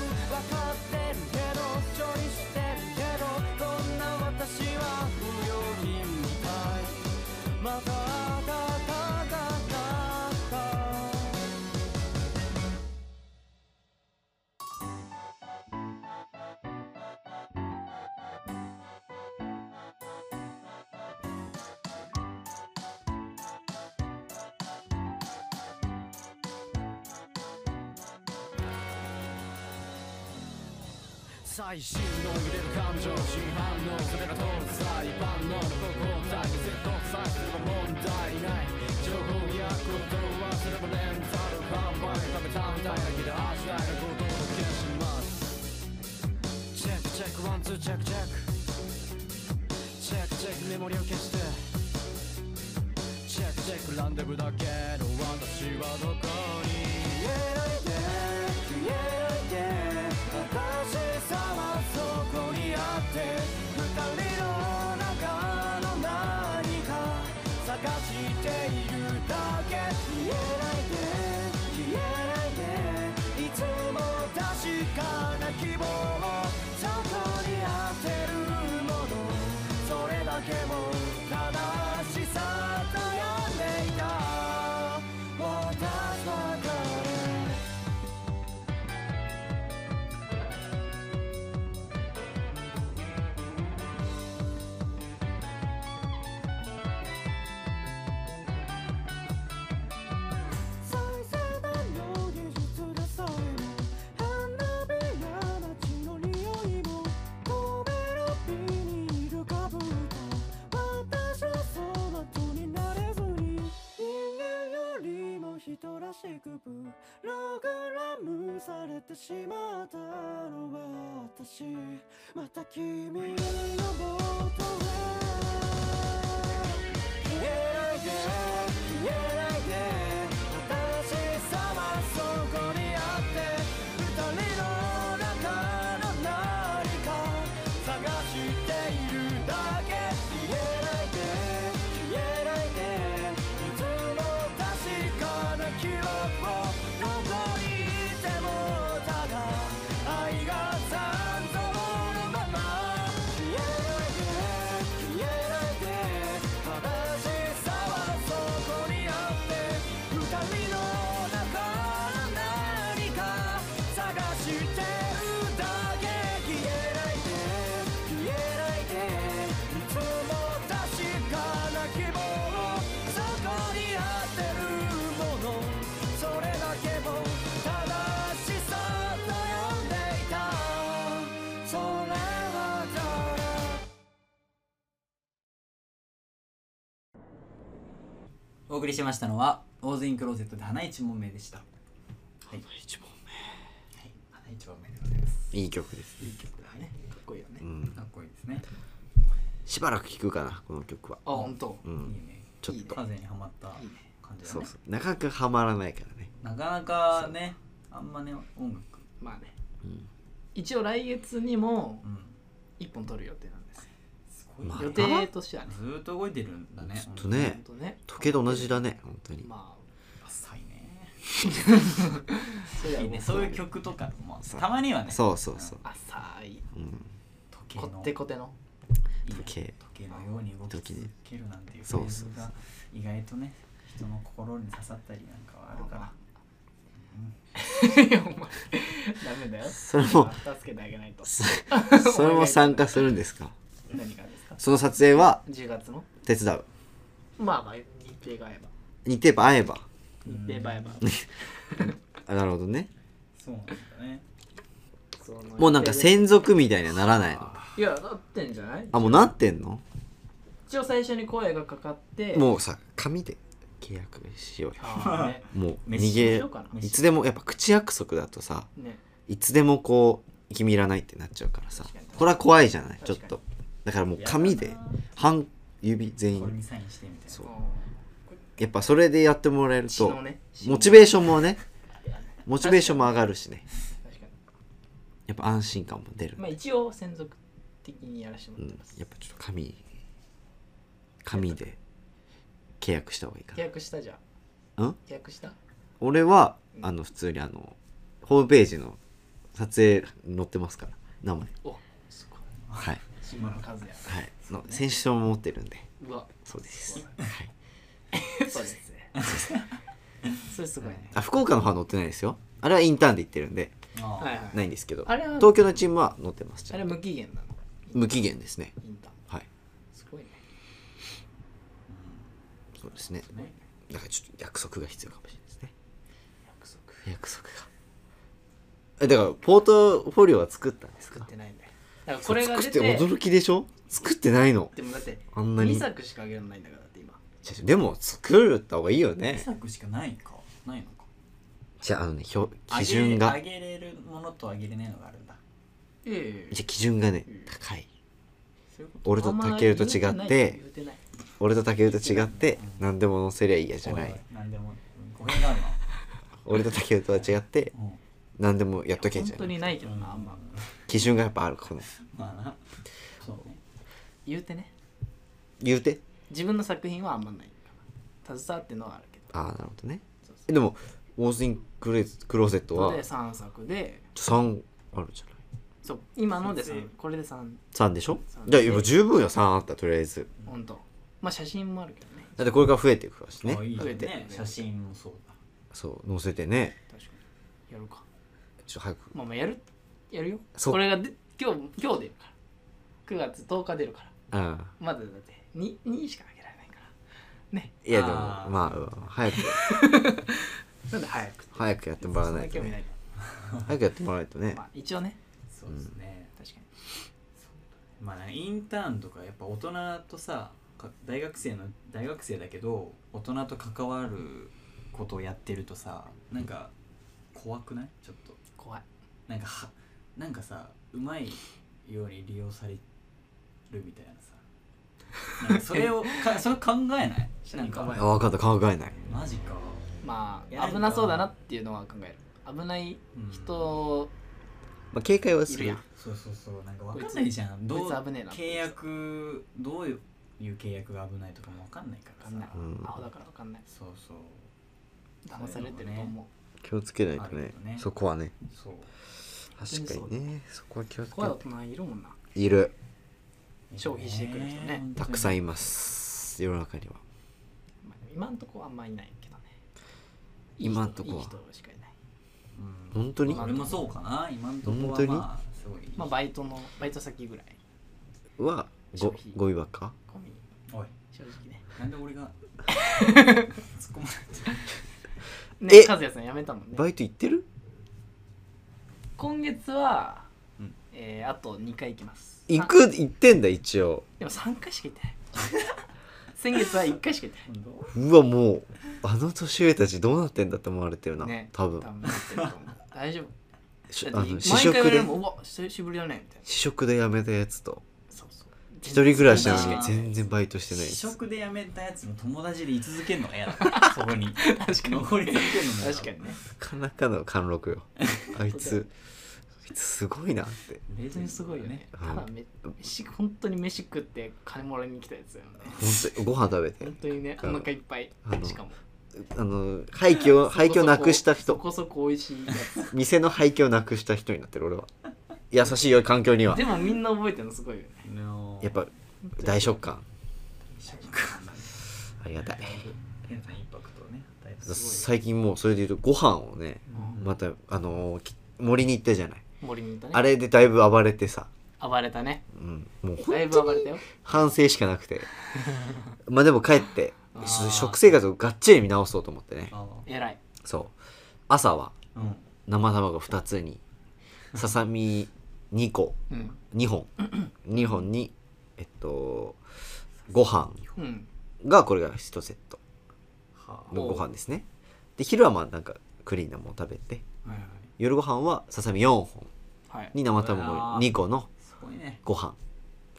Speaker 4: かってるけど処理してるけどこんな私は不用品みたいまたたたたた最新の入れる感情真反応それが搭載万能の交代絶交際すれば問題ない情報やことはすればレンタル販売食べたんだけど明日へのことを消しますチェックチェックワンツーチェックチェックチェックチェックメモリを消してチェックチェックランデブだけど私はどこに消えないで消えないで正しさはそこにあって二人の中の何か探しているだけ消えないで消えないでいつも確かな希望そこにあってるものそれだけを正しさと呼んでいた私は彼最先端の技術でさえも花火や街の匂いも飛べるビニールかぶった私はその後になれずに人間よりも人らしくプログラムされてしまったのは私また君の元へ消えないで消えないで私さはそこにあって二人の中の何か探しているだけ消えないで消えないでいつも確かな記憶をどこにいてもただ愛が残像のまま消えないで消えないで正しさはそこにあって二人の中の何か探してるだけ消えないで消えないでいつも確かな希望そこにあってるものそれだけを正しさと呼んでいたそれは誰
Speaker 1: お送りしましたのは大勢インクローゼットで花一問目でしたはい
Speaker 3: 一問目
Speaker 1: はい花一問目でございます
Speaker 2: いい曲です
Speaker 1: いい曲だねかっこいいよね、
Speaker 2: うん
Speaker 1: かっこいいですね
Speaker 2: しばらく聴くかなこの曲は
Speaker 3: あ本当
Speaker 2: う
Speaker 1: いい
Speaker 2: ん
Speaker 1: ね
Speaker 2: ちょっと
Speaker 1: 風にはまった感じだ
Speaker 2: そ
Speaker 1: ね
Speaker 2: うそう長くはまらないからね
Speaker 1: なかなかねあんまね音楽
Speaker 3: まあね
Speaker 2: うん
Speaker 3: 一応来月にも
Speaker 1: うん
Speaker 3: 一本撮る予定なんです
Speaker 1: すごごい
Speaker 2: まあ
Speaker 1: ね
Speaker 3: 予定としてはね
Speaker 1: ずーっと動いてるんだね
Speaker 2: ずっとね
Speaker 3: ほんとね
Speaker 2: 時計と同じだね本当に
Speaker 3: ま
Speaker 1: 浅いね
Speaker 3: あそれはい
Speaker 1: いねそういう曲とかもたまにはね
Speaker 2: そうそうそう、
Speaker 3: 浅い
Speaker 2: うん、
Speaker 1: 時計
Speaker 3: こ
Speaker 1: の
Speaker 3: ってこての
Speaker 1: いいね
Speaker 2: 時計
Speaker 1: 時計のように動き続けるなんていうフ
Speaker 2: そ
Speaker 1: レ
Speaker 2: う
Speaker 1: ー
Speaker 2: そ
Speaker 1: ズ
Speaker 2: うそう
Speaker 1: が意外とね人の心に刺さったりなんかはあるから
Speaker 3: いやお前ダメだよ
Speaker 2: それ も
Speaker 3: 助けてあげないと
Speaker 2: そそれも参加するんですか
Speaker 3: 何がですか
Speaker 2: その撮影は
Speaker 3: 10月の
Speaker 2: 手伝う
Speaker 3: まあまあ日程が合えば
Speaker 2: 似てば合えば
Speaker 3: 日程が合えば
Speaker 2: あなるほどね
Speaker 1: そうなんだね
Speaker 3: その
Speaker 2: もうなんか
Speaker 3: 日程で
Speaker 2: 専属みたいにはならないの
Speaker 3: いやなってんじゃない
Speaker 2: あもうなってんの
Speaker 3: 一応最初に声がかかってう
Speaker 2: もうさ紙で契約しようよ
Speaker 3: ああね
Speaker 2: もう
Speaker 1: 飯
Speaker 2: 逃
Speaker 3: し
Speaker 2: げ
Speaker 3: ようかない
Speaker 2: つでもやっぱ口約束だとさ
Speaker 3: ね
Speaker 2: いつでもこう君いらないってなっちゃうからさ
Speaker 3: 確かに
Speaker 2: これは怖いじゃないちょっ
Speaker 3: 確かに
Speaker 2: とだからもう紙で半指全
Speaker 1: これ
Speaker 2: 員
Speaker 1: にサインしてみたいな
Speaker 2: そ
Speaker 3: そうう
Speaker 2: やっぱそれでやってもらえる
Speaker 3: 血
Speaker 2: と
Speaker 3: のね
Speaker 2: モチベーションもねモチベーションも上がるしね
Speaker 3: 確かに
Speaker 2: やっぱ安心感も出る、
Speaker 3: まあ一応専属的にやらせても
Speaker 2: う
Speaker 3: ら
Speaker 2: ん
Speaker 3: ってます、
Speaker 2: やっぱちょっと紙紙で契約した方がいいか
Speaker 3: 契約したじゃ
Speaker 2: なうん
Speaker 3: 契約した
Speaker 2: 俺はあの普通にあのホームページの撮影載ってますから名前
Speaker 3: おすごい
Speaker 2: はい
Speaker 3: 島の数や
Speaker 2: はいの選手証も持ってるんで
Speaker 3: うわ
Speaker 2: そうです
Speaker 3: すご
Speaker 2: はい
Speaker 3: そうですねそれすごいね
Speaker 2: あ福岡の方は載ってないですよあれはインターンで行ってるんで
Speaker 1: ああ
Speaker 3: はいはい
Speaker 2: ないんですけど
Speaker 3: あれは
Speaker 2: 東京のチームは載ってます
Speaker 3: あれ無期限なの
Speaker 2: 無期限ですね
Speaker 3: インターン
Speaker 2: はい
Speaker 3: すごいね
Speaker 2: そうですねだからちょっと約束が必要かもしれないですね
Speaker 3: 約束
Speaker 2: 約束がえだからポートフォリオは作ったんです
Speaker 3: 作
Speaker 2: か
Speaker 3: ってないんだよだからこれが出
Speaker 2: 作って
Speaker 3: て
Speaker 2: 驚きでしょ作ってないの
Speaker 3: でもだって
Speaker 2: あんなに
Speaker 3: 2作しかあげられないんだからだって今
Speaker 2: 違うでも作った方がいいよ
Speaker 1: 2
Speaker 2: ね
Speaker 1: 作しかないかないのか
Speaker 2: じゃああのね表基準が
Speaker 1: 上げれるものと上げれないのがあるんだ
Speaker 3: え
Speaker 2: じゃあ基準がね
Speaker 3: うん
Speaker 2: 高い
Speaker 1: そういうこと
Speaker 2: 俺とタケルと違って俺とタケルと違って何でも載せりゃいいやじゃな
Speaker 1: おお
Speaker 2: い
Speaker 1: 何でも語弊がある
Speaker 2: 俺とタケルとは違って
Speaker 1: なうん
Speaker 2: 何でもやっとけ
Speaker 3: 本
Speaker 2: じゃ
Speaker 3: 当
Speaker 2: ない
Speaker 3: にないけどなあんま
Speaker 2: 基準がやっぱあるこの
Speaker 1: まあなそうね
Speaker 3: 言うてね
Speaker 2: 言うて
Speaker 3: 自分の作品はあんまないから携わってんのはあるけど
Speaker 2: ああなるほどね
Speaker 3: そうそ
Speaker 2: えでもウォーズインクレクローゼットは
Speaker 3: で3作で
Speaker 2: 3あるじゃない
Speaker 3: そう今ので
Speaker 1: 撮影
Speaker 3: 3これで3
Speaker 2: 3でしょ
Speaker 3: 三
Speaker 2: じゃあやっぱ十分よ3あったらとりあえず
Speaker 3: 本当まあ写真もあるけどね
Speaker 2: だってこれから増えていくからし
Speaker 1: あい
Speaker 2: ね
Speaker 1: い
Speaker 3: 増えて
Speaker 1: ね写真もそうだ
Speaker 2: そう載せてね
Speaker 3: 確かにやるか
Speaker 2: ちょっと早く
Speaker 3: まあまあやるやるよ
Speaker 2: そう
Speaker 3: これがで今日今日出るから9月10日出るから
Speaker 2: うん
Speaker 3: まだだって 2, 2しかあげられないからね
Speaker 2: いやでも
Speaker 1: あー
Speaker 2: まあうん早く
Speaker 3: なんで早く
Speaker 2: 早くやってもらわない
Speaker 3: そ
Speaker 2: と
Speaker 3: ん興味な
Speaker 2: ね
Speaker 3: いか
Speaker 2: 早くやってもらわないとね
Speaker 3: らまあ一応ね
Speaker 1: そうですね
Speaker 3: 確かに
Speaker 1: まあねインターンとかやっぱ大人とさか大学生の大学生だけど大人と関わることをやってるとさなんか怖くないちょっと
Speaker 3: 怖い
Speaker 1: なんかはなんかさうまいように利用されるみたいなさなんかそれ をかそれ考えないなん
Speaker 3: 考え
Speaker 1: か
Speaker 2: あ分かった考えない
Speaker 1: マジか、
Speaker 3: ま
Speaker 1: いや
Speaker 3: あ危なそうだなっていうのは考える危ない
Speaker 1: うん
Speaker 3: 人
Speaker 2: まあ、警戒はいす
Speaker 3: る
Speaker 2: る
Speaker 3: や
Speaker 2: よ
Speaker 3: ん
Speaker 1: そうそうそうなんか分かんないじゃんど
Speaker 3: こ
Speaker 1: う
Speaker 3: いつ危ねえな
Speaker 1: 契約どういう契約が危ないとかも分かんないから
Speaker 3: 分かんない
Speaker 1: さ、
Speaker 2: うん
Speaker 3: アホだから分かんない
Speaker 1: そうそう
Speaker 3: 騙されてると
Speaker 1: そういうの
Speaker 3: 思
Speaker 2: 気をつけない
Speaker 1: あ
Speaker 2: と
Speaker 1: る
Speaker 2: ね
Speaker 1: けどね
Speaker 2: そこはね
Speaker 1: そう
Speaker 2: 確かにねそこは気をつ
Speaker 3: う
Speaker 2: け
Speaker 3: 怖い
Speaker 2: な
Speaker 3: 大人いるもんない
Speaker 2: いる
Speaker 3: 消費してくる人ね
Speaker 1: 本当
Speaker 2: た
Speaker 1: に
Speaker 2: くさんいます世の中には
Speaker 3: まあ今んとこはあんまいないけどね
Speaker 2: 今んとこはい
Speaker 3: い人しかいない
Speaker 1: うん
Speaker 2: 本当に
Speaker 1: 俺もそうかな今んとこ
Speaker 2: 本
Speaker 1: は
Speaker 2: 当に
Speaker 1: まあすごい、
Speaker 3: まあバイトのバイト先ぐらい
Speaker 2: は
Speaker 3: 消
Speaker 2: ご
Speaker 3: 費
Speaker 2: ごいわか
Speaker 3: 込み
Speaker 1: おい
Speaker 3: 正直ね
Speaker 1: なんで俺 が突っ込まれて
Speaker 2: え
Speaker 3: ね和也さん辞めたもん
Speaker 2: バ
Speaker 3: ね
Speaker 2: イト行ってる
Speaker 3: 今月は、
Speaker 1: うん
Speaker 3: えーあと2回行きます
Speaker 2: 行
Speaker 3: あ
Speaker 2: く行ってんだ一応
Speaker 3: でも3回しか行っ てない先月は1回しか行って
Speaker 1: んの
Speaker 2: うわもうあの年上たちどうなってんだって思われてるな、
Speaker 3: ないね
Speaker 2: 多分
Speaker 3: 多分行ってると思う 大丈夫
Speaker 2: し
Speaker 3: だ
Speaker 2: あ
Speaker 3: って
Speaker 2: の
Speaker 3: 毎
Speaker 2: 試
Speaker 3: 回言わ
Speaker 2: 食
Speaker 3: れ
Speaker 2: で
Speaker 3: るもんうわ久しぶりだねみたいな
Speaker 2: 試食で辞めたやつと
Speaker 3: そうそう
Speaker 2: 一人暮らしな
Speaker 1: 確
Speaker 2: の
Speaker 1: か
Speaker 2: に
Speaker 1: に
Speaker 2: 全然バイトしてない
Speaker 1: 試
Speaker 2: です
Speaker 1: 食で辞めたやつの友達で居続けるの が嫌だそこに確
Speaker 3: かに
Speaker 1: 残り続けるのも嫌だ
Speaker 3: 確かにね
Speaker 2: なかなかの貫禄よあいついつすごいなって
Speaker 1: 冷蔵すごいよね
Speaker 3: ただめ飯本当に飯食って金もらいに来たやつだよね
Speaker 2: 本当にご飯食べて
Speaker 3: 本当にねお
Speaker 2: うん
Speaker 3: 腹いっぱい
Speaker 2: あの
Speaker 3: しかも
Speaker 2: あの廃墟を廃墟なくした
Speaker 3: そ
Speaker 2: 人
Speaker 3: こそこ美味しいやつ
Speaker 2: 店の廃墟をなくした人になってる俺は優しいよ環境には
Speaker 3: でもみんな覚えてるのすごいよね
Speaker 2: やっぱ大ショッカーありがたい
Speaker 1: 変なインパクトをね与えたす
Speaker 2: 最近もうそれで言うとご飯をね
Speaker 1: ごい
Speaker 2: またあのーき森に行ったじゃない
Speaker 3: 森にいたね
Speaker 2: あれでだいぶ暴れてさ、
Speaker 3: 暴れたね
Speaker 2: うん、もう
Speaker 3: だ
Speaker 2: 本
Speaker 3: いぶ
Speaker 2: 当
Speaker 3: 暴れ
Speaker 2: に
Speaker 3: たよ
Speaker 2: 反省しかなく てまあでも帰って
Speaker 3: あー
Speaker 2: そう食生活をがっちり見直そうと思ってね
Speaker 1: あ
Speaker 3: 偉い
Speaker 2: そう朝は
Speaker 1: あうん
Speaker 2: 生卵2つにささみ2個
Speaker 3: うん
Speaker 2: 2本2本にえっとご飯
Speaker 3: うん
Speaker 2: がこれが1セット
Speaker 1: はあ
Speaker 2: のご飯ですねで昼はまあなんかクリーンなもの食べて
Speaker 1: はいはい
Speaker 2: 夜ご飯はささみ4本
Speaker 3: はい
Speaker 2: に生卵2個の
Speaker 1: すごいね
Speaker 2: ご飯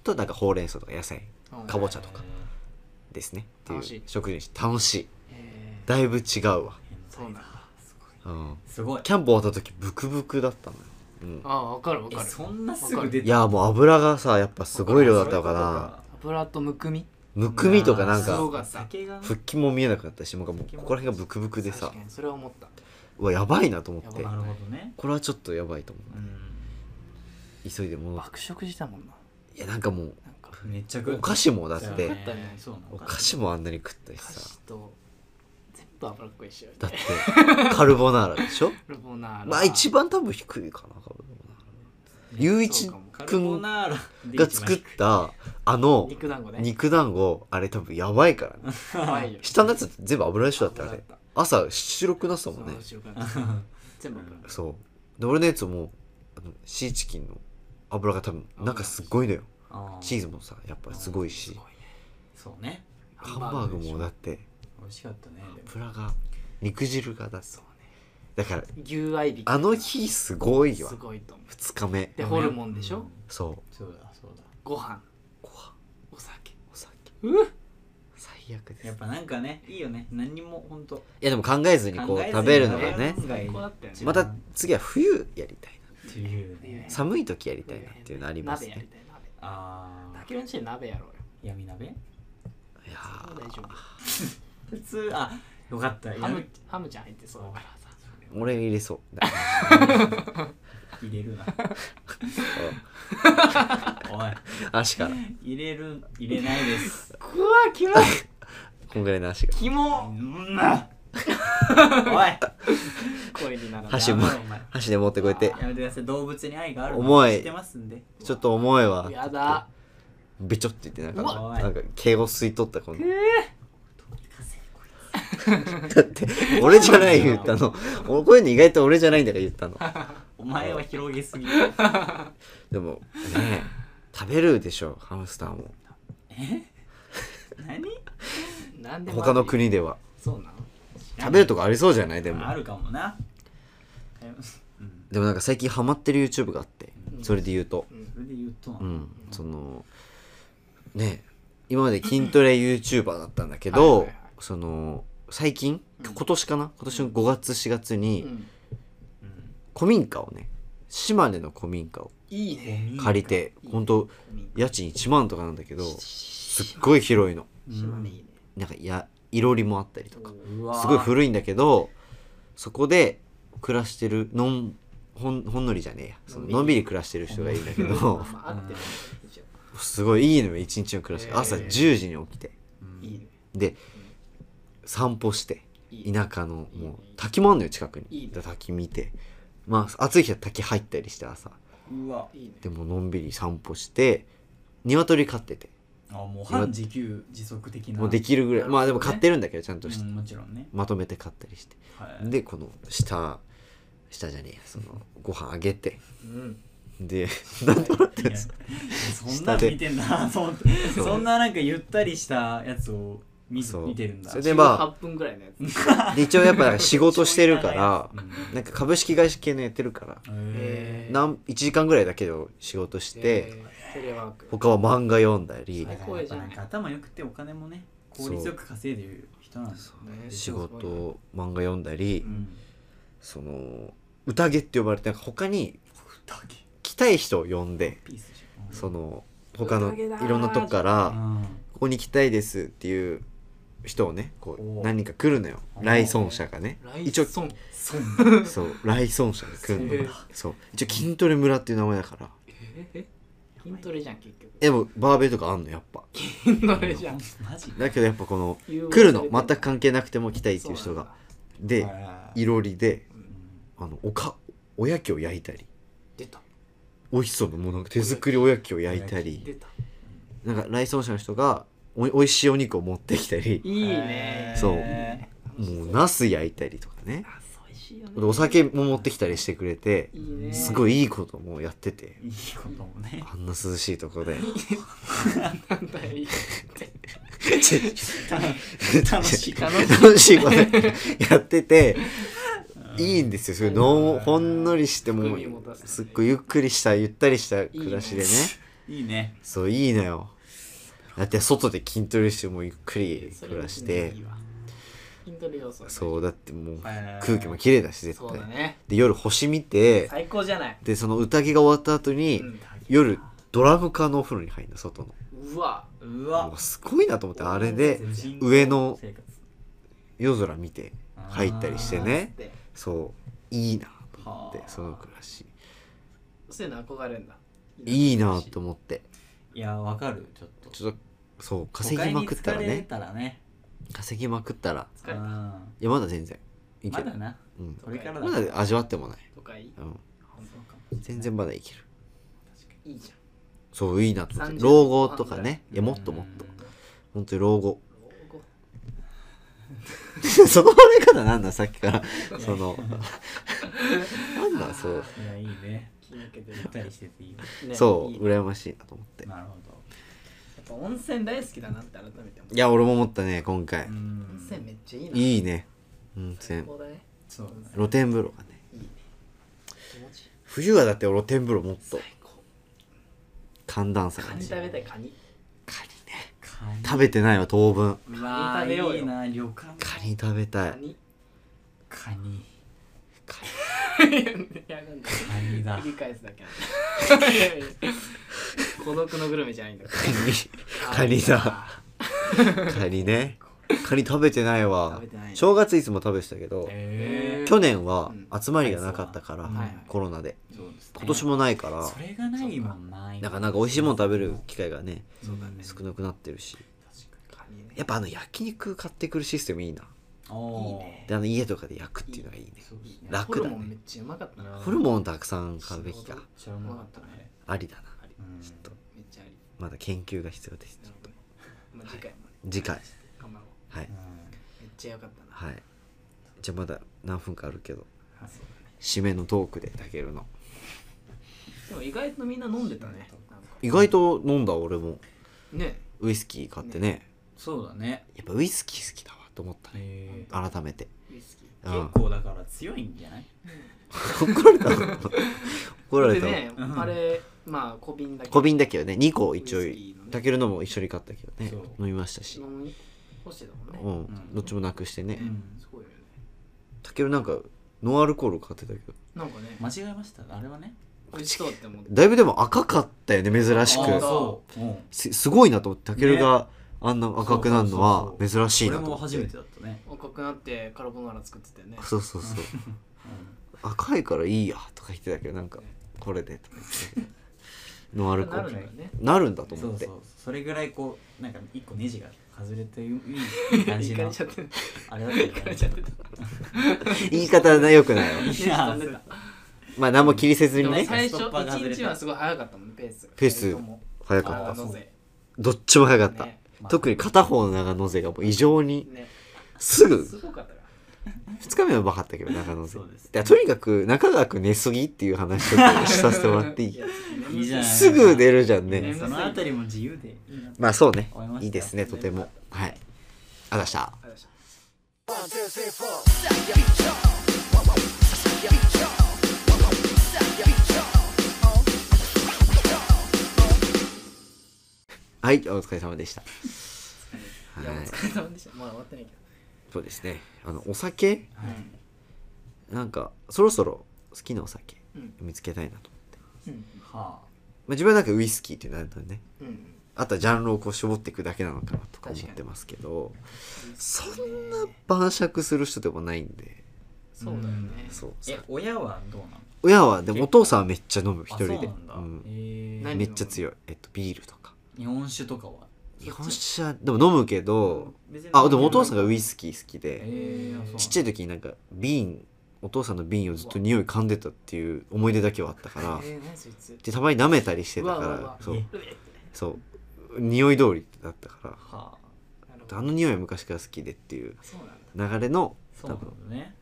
Speaker 2: となんかほうれん草とか野菜
Speaker 3: うん
Speaker 2: かぼちゃとかですねっていう
Speaker 3: 楽しい
Speaker 2: 食事にして楽しい
Speaker 3: え
Speaker 2: だいぶ違うわ、
Speaker 3: ーそうなんだ
Speaker 1: すごい
Speaker 2: うん、
Speaker 1: すごい
Speaker 2: キャンプ終わった時ブクブクだったのよ、うん、
Speaker 3: ああ分かる分
Speaker 1: え
Speaker 3: かる
Speaker 1: そんなすぐ出
Speaker 2: いやもう油がさやっぱすごい量だったのかな
Speaker 3: 油とむくみ
Speaker 2: むくみとかなん
Speaker 3: す
Speaker 2: か
Speaker 3: ご
Speaker 1: か
Speaker 3: か
Speaker 1: っ
Speaker 3: ったた
Speaker 1: 酒がね
Speaker 2: 腹筋も見えなくなったしもうここら辺がブクブクでさ
Speaker 3: 確かにそれは思った
Speaker 2: うわやばいなと思って
Speaker 3: や
Speaker 1: な
Speaker 3: ばい
Speaker 1: るほどね
Speaker 2: これはちょっとやばいと思
Speaker 1: うん
Speaker 2: う急いで戻っ
Speaker 3: 爆食したもんな
Speaker 2: ていやなんかもう
Speaker 3: なんか
Speaker 1: めっちゃ食
Speaker 2: お菓
Speaker 1: し
Speaker 2: 子もだっ
Speaker 1: だ
Speaker 2: て
Speaker 3: ね
Speaker 1: そうな
Speaker 2: お
Speaker 1: の
Speaker 2: 菓子もあんなに食ったし
Speaker 3: 菓
Speaker 2: さ
Speaker 3: 子と全部脂っこいしよ
Speaker 2: だってカルボナーラでしょ
Speaker 3: カルボナーラ
Speaker 2: まあ一番多分低いかなカルボナーラ雄一
Speaker 1: カル
Speaker 2: く
Speaker 1: ボ
Speaker 2: ん
Speaker 1: ナーラで
Speaker 2: が作ったあの
Speaker 3: 肉団子ね
Speaker 2: 肉団子あれ多分やばいからね
Speaker 3: 甘いよ
Speaker 2: 下のやつ全部油でしょだってあ
Speaker 3: 油
Speaker 2: れ
Speaker 3: だっ
Speaker 2: 朝白くなってた
Speaker 3: た
Speaker 2: もんね
Speaker 3: そう白くなった 全部油
Speaker 2: そうで俺のやつもあのシーチキンの油が多分なんかすごいのよチー
Speaker 1: ズ
Speaker 2: ズもさやっぱすごいし
Speaker 1: そうね
Speaker 2: ハンバーグ
Speaker 3: でし
Speaker 2: も
Speaker 3: ょ
Speaker 2: だって
Speaker 1: 美味しかったねでも
Speaker 2: 油が肉汁がだ
Speaker 3: そうね
Speaker 2: だから
Speaker 3: 牛合いびき
Speaker 2: あの日すごいわ
Speaker 3: すごいと思う
Speaker 2: 2日目
Speaker 3: でホルモンでし
Speaker 1: う
Speaker 3: ょ
Speaker 1: ん
Speaker 2: そう
Speaker 1: そうだそうだ
Speaker 3: ご飯
Speaker 2: ご飯
Speaker 3: お酒
Speaker 2: お酒
Speaker 3: うっ
Speaker 2: 最悪です
Speaker 1: やっぱなんかねいいよね何にも本当
Speaker 2: いやでも考えずにこう食べるのが
Speaker 1: 考え
Speaker 2: ね
Speaker 1: ずに
Speaker 3: 最高だったよね
Speaker 2: また次は冬やりたいな
Speaker 1: っていうね
Speaker 3: ね
Speaker 2: 寒い時やりたいなっていうのあります
Speaker 3: 鍋や
Speaker 2: ね
Speaker 3: りたい鍋
Speaker 1: ああ
Speaker 3: 竹内で鍋やろうよ
Speaker 1: 闇鍋
Speaker 2: いや
Speaker 3: 大
Speaker 2: ー
Speaker 3: 丈
Speaker 1: 普通あよかった
Speaker 3: 夫ハム
Speaker 1: 闇
Speaker 3: ハムちゃん入ってそうだからさ
Speaker 2: 俺入れそう
Speaker 1: 入れるな おい
Speaker 2: 足から
Speaker 1: 入れる入れないです
Speaker 3: うわキモ
Speaker 2: こんぐらいの足が
Speaker 3: キ
Speaker 1: う
Speaker 3: モ
Speaker 1: んな おい
Speaker 3: 声にならない
Speaker 2: 箸
Speaker 1: や
Speaker 2: も
Speaker 1: めろお前
Speaker 2: 箸で持ってこうやって
Speaker 1: やめてください動物に愛がある
Speaker 2: 重い
Speaker 1: 知ってますんで
Speaker 2: ちょっと重いわ
Speaker 3: やだ
Speaker 2: べちょって言ってなん
Speaker 1: う
Speaker 2: か
Speaker 1: わ
Speaker 2: なんか敬語吸い取ったこの
Speaker 1: こ
Speaker 2: だって俺じゃない言ったのおこういうの意外と俺じゃないんだから言ったの
Speaker 1: お前は広げすぎ
Speaker 2: でもね食べるでしょハムスターも
Speaker 1: 何
Speaker 3: なんで
Speaker 2: 他の国では
Speaker 3: そうなの
Speaker 2: 食べるとこありそうじゃないでも
Speaker 1: あるかもなえうん
Speaker 2: でもなんか最近ハマってる YouTube があってそれで言うと
Speaker 1: それで言うとな
Speaker 2: うんそのね今まで筋トレ YouTuber だったんだけど、
Speaker 3: はいはいはい
Speaker 2: その最近今年かな、今年の5月4月
Speaker 3: う
Speaker 2: に
Speaker 3: ん
Speaker 1: うん
Speaker 2: 古民家をね島根の古民家を
Speaker 3: いいね
Speaker 2: 借りて
Speaker 3: いいね
Speaker 2: 本当
Speaker 3: いいね
Speaker 2: 家賃1万とかなんだけどすっごい広いの
Speaker 3: 島根いいね
Speaker 2: なんかやいろりもあったりとか
Speaker 1: うわー
Speaker 2: すごい古いんだけどそこで暮らしてるのんほんほんのりじゃねえやそののんびり暮らしてる人がいるんだけど
Speaker 3: まああってもいいじ
Speaker 2: すごいいいのよ一日の暮らしが朝
Speaker 3: へえ
Speaker 2: 10時に起きて
Speaker 1: うん
Speaker 3: ゃんいいね
Speaker 2: で散歩して
Speaker 3: いいね
Speaker 2: 田舎の
Speaker 3: いいね
Speaker 2: もう滝もあんのよ近く
Speaker 3: いい
Speaker 2: に
Speaker 3: ね
Speaker 2: で滝見てまあ暑い日は滝入ったりして朝
Speaker 1: うわ
Speaker 3: いいね
Speaker 2: でものんびり散歩して鶏飼ってて
Speaker 1: あもう半自給自足的な
Speaker 2: もうできるぐらい
Speaker 3: なるほ
Speaker 2: ま
Speaker 3: どね
Speaker 2: あでも飼ってるんだけどちゃんとし
Speaker 1: うんもちろんね
Speaker 2: まとめて飼ったりして
Speaker 1: はい
Speaker 2: でこの下下じゃねえやそのご飯あげて
Speaker 3: うん
Speaker 2: でなんで笑ってるん
Speaker 1: い
Speaker 2: で
Speaker 1: や
Speaker 2: すか
Speaker 1: そんなの見てんだなと思って
Speaker 2: そう
Speaker 1: そんななんかゆったりしたやつを見
Speaker 2: そう
Speaker 1: 見てるんだ
Speaker 2: それでまあ
Speaker 3: 8分ぐらいのやつ
Speaker 2: で一応やっぱ仕事してるか
Speaker 1: う
Speaker 2: ら
Speaker 1: ん
Speaker 2: なんか株式会社系のやってるから
Speaker 1: へ
Speaker 2: なん1時間ぐらいだけど仕事して、
Speaker 3: テレワーク
Speaker 2: 他は漫画読んだり
Speaker 1: ーだからやっぱなんか頭良くてお金もね効率よく稼いでる人なんですよ
Speaker 3: ね
Speaker 2: 仕事を漫画読んだり、
Speaker 1: うん
Speaker 2: その宴って呼ばれてなんか他に
Speaker 1: たけ
Speaker 2: 来たい人を呼んで
Speaker 1: ピースじゃん
Speaker 2: その他の
Speaker 3: 宴だー
Speaker 2: いろんなとこか
Speaker 1: う
Speaker 2: ら
Speaker 1: ん
Speaker 2: ここに来たいですっていう人をねこ
Speaker 1: お
Speaker 2: う
Speaker 1: ー
Speaker 2: 何人か来るのよ
Speaker 1: おー
Speaker 2: 来村者がね
Speaker 3: 来
Speaker 2: 一応
Speaker 3: 村
Speaker 1: そう
Speaker 2: そう来村者が来るの
Speaker 3: へー
Speaker 2: そう一応筋トレ村っていう名前だから
Speaker 3: え筋トレじゃん結局
Speaker 2: でもバーベルとかあんのやっぱ
Speaker 3: 筋トレじゃん
Speaker 1: マジ
Speaker 2: だけどやっぱこの
Speaker 3: 誘惑
Speaker 2: 来るの
Speaker 3: されて
Speaker 2: 全く関係なくても来たいっていう人がで
Speaker 1: あー
Speaker 2: いろりで
Speaker 1: うん
Speaker 2: あのおかおやきを焼いたり
Speaker 3: 出た
Speaker 2: おひそばもなんか手作りおやきを焼いたり
Speaker 3: 出た
Speaker 2: なんか来村者の人がおおいしいお肉を持ってきたり
Speaker 3: いいね
Speaker 2: そう
Speaker 1: へ
Speaker 2: もうナス焼いたりとかね
Speaker 3: あそう美味しいよね
Speaker 2: でお酒も持ってきたりしてくれて
Speaker 3: いいね
Speaker 2: す ごいいいこともやってて
Speaker 1: ーいいことも ね
Speaker 2: あんな涼しいとこで
Speaker 3: なんだよいいって
Speaker 1: 楽しい
Speaker 3: 楽しい
Speaker 2: 楽しいこと やってていいんですよすごいのほんのりしても
Speaker 3: 海も出す
Speaker 2: すっごいゆっくりしたゆったりした暮らしでね
Speaker 1: いいね
Speaker 2: そういいのよだって外で筋トレしてもうゆっくり暮らして
Speaker 3: それもいいわ筋トレ要素が
Speaker 2: そうだってもう
Speaker 1: えー
Speaker 2: 空気も綺麗だし絶
Speaker 3: そうだ
Speaker 2: 対
Speaker 3: ね
Speaker 2: で夜星見て
Speaker 3: 最高じゃない
Speaker 2: でその宴が終わった後に
Speaker 3: うん
Speaker 2: 夜ドラム缶のお風呂に入るの外の
Speaker 3: うわ
Speaker 1: う
Speaker 2: も
Speaker 1: わ
Speaker 2: うすごいなと思ってあれで上の夜空見て入ったりしてね
Speaker 3: で
Speaker 2: そういいなと思って
Speaker 1: はあ
Speaker 2: その暮らし
Speaker 3: そういうの憧れるんだ
Speaker 2: いいなと思って
Speaker 1: いやわかるちょっと
Speaker 2: ちょっとそう稼ぎまくったら
Speaker 1: 都会に疲れ
Speaker 2: ね
Speaker 1: たらね
Speaker 2: 稼ぎまくったら
Speaker 3: 疲れた
Speaker 1: うん
Speaker 2: いやまだ全然い
Speaker 1: ま
Speaker 2: ける
Speaker 1: だな
Speaker 2: うん
Speaker 1: これから
Speaker 2: ま
Speaker 1: だ
Speaker 2: だ味わってもない
Speaker 3: 都会
Speaker 2: うん
Speaker 1: そうかも
Speaker 2: 全然まだいける
Speaker 3: いいじ
Speaker 2: そういいなと思って
Speaker 3: 30
Speaker 2: 老後とかね
Speaker 1: うん
Speaker 2: いやもっともっと本当に老 後
Speaker 3: ゃん老後
Speaker 2: その笑い方なんださっきから
Speaker 1: や
Speaker 2: そのなんだそう
Speaker 1: いやいいね
Speaker 3: 気抜けて
Speaker 1: ゆったりしてていいね
Speaker 3: る
Speaker 2: そう
Speaker 3: ねいいね
Speaker 2: 羨ましいなと思って
Speaker 1: なるほど
Speaker 3: やっぱ温泉大好きだなって改めて思う
Speaker 2: いや俺も思ったね今回
Speaker 1: うん
Speaker 3: 温泉めっちゃいいない
Speaker 2: いね温
Speaker 3: 最
Speaker 2: 泉
Speaker 3: 高だね
Speaker 1: そうだね
Speaker 2: 露天風呂がね
Speaker 3: いいね気持ちいい
Speaker 2: 冬はだって露天風呂もっと
Speaker 3: 最高
Speaker 2: 寒暖差
Speaker 3: カ
Speaker 2: が
Speaker 3: ニ
Speaker 2: ね
Speaker 3: 食べたいカニ
Speaker 2: カニね
Speaker 1: カニ
Speaker 2: 食べてないわ当分
Speaker 1: うわ
Speaker 3: カニ食べよう
Speaker 1: ー
Speaker 3: よ
Speaker 1: いいな旅館の
Speaker 2: カニ食べた
Speaker 3: カ
Speaker 2: い
Speaker 3: ニ
Speaker 1: カニ
Speaker 2: カニ
Speaker 3: いやなんだ
Speaker 1: カニだ
Speaker 3: 繰り返す だけなんだいやいや孤独のグルメじゃないんだから
Speaker 2: カニだカニねカニ食べてないわ
Speaker 3: 食べてない
Speaker 2: 正月いつも食べてたけど
Speaker 1: え
Speaker 2: 去年は
Speaker 3: う
Speaker 2: 集まりがなかったか
Speaker 1: は
Speaker 2: ら
Speaker 1: いはい
Speaker 2: コロナで
Speaker 1: ーそうですね
Speaker 2: 今年もないから
Speaker 1: それがないもんな
Speaker 2: なん
Speaker 1: 今
Speaker 2: かなんか美味しいもの食べる機会がね
Speaker 1: そうだね
Speaker 2: 少なくなってるし
Speaker 3: カニね
Speaker 2: やっぱあの焼肉買ってくるシステムいいな
Speaker 1: おー
Speaker 3: いいね
Speaker 2: であの家とかで焼くっていうのがいいね
Speaker 1: そうですね
Speaker 2: 楽だね
Speaker 3: ホルモンめっちゃうまかったな
Speaker 2: ホルモンたくさん買うべきか
Speaker 1: 知らなかったね
Speaker 2: ありだな
Speaker 1: うん
Speaker 2: ちょっと
Speaker 3: めっちゃあり
Speaker 2: まだ研究が必要です
Speaker 3: なるほどねまあ次回もね
Speaker 2: 次回
Speaker 3: 頑張ろう
Speaker 2: はい
Speaker 3: めっちゃ良かったな
Speaker 2: はいじゃあまだ何分かあるけど
Speaker 3: あそうだね
Speaker 2: 締めのトークでたけるの
Speaker 3: でも意外とみんな飲んでたねなんか
Speaker 2: 意外と飲んだ俺も
Speaker 3: ね
Speaker 2: ウイスキー買ってね
Speaker 1: そうだね
Speaker 2: やっぱウイスキー好きだわと思ったね
Speaker 1: えー
Speaker 2: 改めて
Speaker 3: ウイスキー
Speaker 2: うん
Speaker 1: 結構だから強いんじゃない
Speaker 2: 怒られた 怒られ
Speaker 3: で
Speaker 2: たわ
Speaker 3: ね
Speaker 1: うん
Speaker 3: あれまあ小瓶だけ
Speaker 2: 小瓶だけどね2個一
Speaker 3: ウイスキーの
Speaker 2: 応
Speaker 3: ね
Speaker 2: たけるのも一緒に買ったけどね
Speaker 1: そう
Speaker 2: 飲みましたし、
Speaker 3: 飲み干してたもんね
Speaker 2: うん
Speaker 1: ん
Speaker 2: どっちもなくしてね
Speaker 1: うん
Speaker 3: すごいよね
Speaker 2: たけるなんかノンアルコール買ってたけど
Speaker 3: なんかね
Speaker 1: 間違えましたあれはね
Speaker 3: 美味しそうって思って
Speaker 2: だいぶでも赤かったよね珍し
Speaker 1: あー
Speaker 2: く
Speaker 1: そううん
Speaker 2: すすごいなと思ってたけるがあんな赤くなるのは
Speaker 1: そうそうそう
Speaker 2: 珍しいな
Speaker 1: 俺
Speaker 2: と
Speaker 1: も
Speaker 2: 思っ
Speaker 1: 初め
Speaker 2: て
Speaker 1: てだったね
Speaker 3: 赤くなってカルボナーラ作ってたよね
Speaker 2: そうそうそう赤いからいいやとか言ってたけどなんかこれでとか言ってノンアルコ
Speaker 3: な
Speaker 2: ー
Speaker 3: る
Speaker 2: ル
Speaker 3: んだよね
Speaker 2: なるんだ
Speaker 1: う
Speaker 2: と
Speaker 1: んそ
Speaker 2: 思っ
Speaker 1: う
Speaker 2: て
Speaker 1: そうそれぐらいこうなんか一個ネジが外れていいいい感じ
Speaker 3: いか
Speaker 1: の
Speaker 3: れちゃってる
Speaker 1: あれだったよ
Speaker 3: いかれ
Speaker 1: ね
Speaker 3: ちゃっ てた
Speaker 2: 言い方はよくないよ
Speaker 1: いや
Speaker 3: ね飛んでた
Speaker 2: まあ何も気にせず
Speaker 3: で
Speaker 2: に
Speaker 3: も
Speaker 2: ね
Speaker 3: 最初
Speaker 1: ストッパーが外れた
Speaker 3: 1日はすごい早かったもんねペース
Speaker 2: ペース
Speaker 3: 二人とも
Speaker 2: 早か
Speaker 3: 長
Speaker 2: っ
Speaker 3: 野
Speaker 2: た
Speaker 3: 勢
Speaker 2: どっちも早かった、
Speaker 3: ね
Speaker 1: まあ
Speaker 2: 特に片方の長野勢がもう異常に
Speaker 3: ね
Speaker 2: すぐ
Speaker 3: すごかったから
Speaker 2: 2日目はバカだったけど長野勢
Speaker 1: そうです
Speaker 2: でとにかく中川君寝すぎっていう話をさせてもらっていい
Speaker 1: いいじゃない
Speaker 2: すぐ出るじゃん
Speaker 1: ね
Speaker 2: ね
Speaker 1: そのあたりも自由でいいな
Speaker 2: まあそうね
Speaker 1: 思いました
Speaker 2: いいですねとてもはいあだした
Speaker 3: ありがとうございました
Speaker 2: はいお疲れ様でした
Speaker 3: いや、お
Speaker 2: はい
Speaker 3: 疲れ様でした。まだ終わってないけど。
Speaker 2: そうですねあのお酒
Speaker 1: はい
Speaker 2: なんかそろそろ好きなお酒
Speaker 3: うん
Speaker 2: 見つけたいなと思って
Speaker 3: うん
Speaker 1: は
Speaker 2: まあ、自分はなんかウイスキーってなるとね
Speaker 3: うん
Speaker 2: あとはジャンルをこう絞っていくだけなのかなとか思ってますけどそんな晩酌する人でもないんで
Speaker 3: そうだよね
Speaker 2: そう
Speaker 1: あえ親はどうなの
Speaker 2: 親はでもお父さんはめっちゃ飲む一
Speaker 1: あ
Speaker 2: 人で
Speaker 1: そうなんだ、
Speaker 2: うん
Speaker 1: へえ
Speaker 3: 何
Speaker 2: めっちゃ強い、えっと、ビールとか
Speaker 1: 日本酒とかは
Speaker 2: 日本酒はでも飲むけど
Speaker 1: 別に
Speaker 2: あでもお父さんがウイスキー好き
Speaker 1: え
Speaker 2: で
Speaker 1: ーあそうなんだ
Speaker 2: ちっちゃい時になんか瓶お父さんの瓶をずっと匂い噛んでたっていう思い出だけはあったから
Speaker 3: えー何そいつ
Speaker 2: でたまに舐めたりしてた
Speaker 3: うわうわう
Speaker 2: か
Speaker 3: わ
Speaker 2: らそう
Speaker 1: え
Speaker 2: そう匂い通りだったから
Speaker 1: はあ
Speaker 3: なるほど
Speaker 2: あの匂いは昔から好きでっていう
Speaker 3: そうなんだ
Speaker 2: 流れの
Speaker 1: そうな
Speaker 2: 多
Speaker 1: ん
Speaker 2: 分
Speaker 1: だね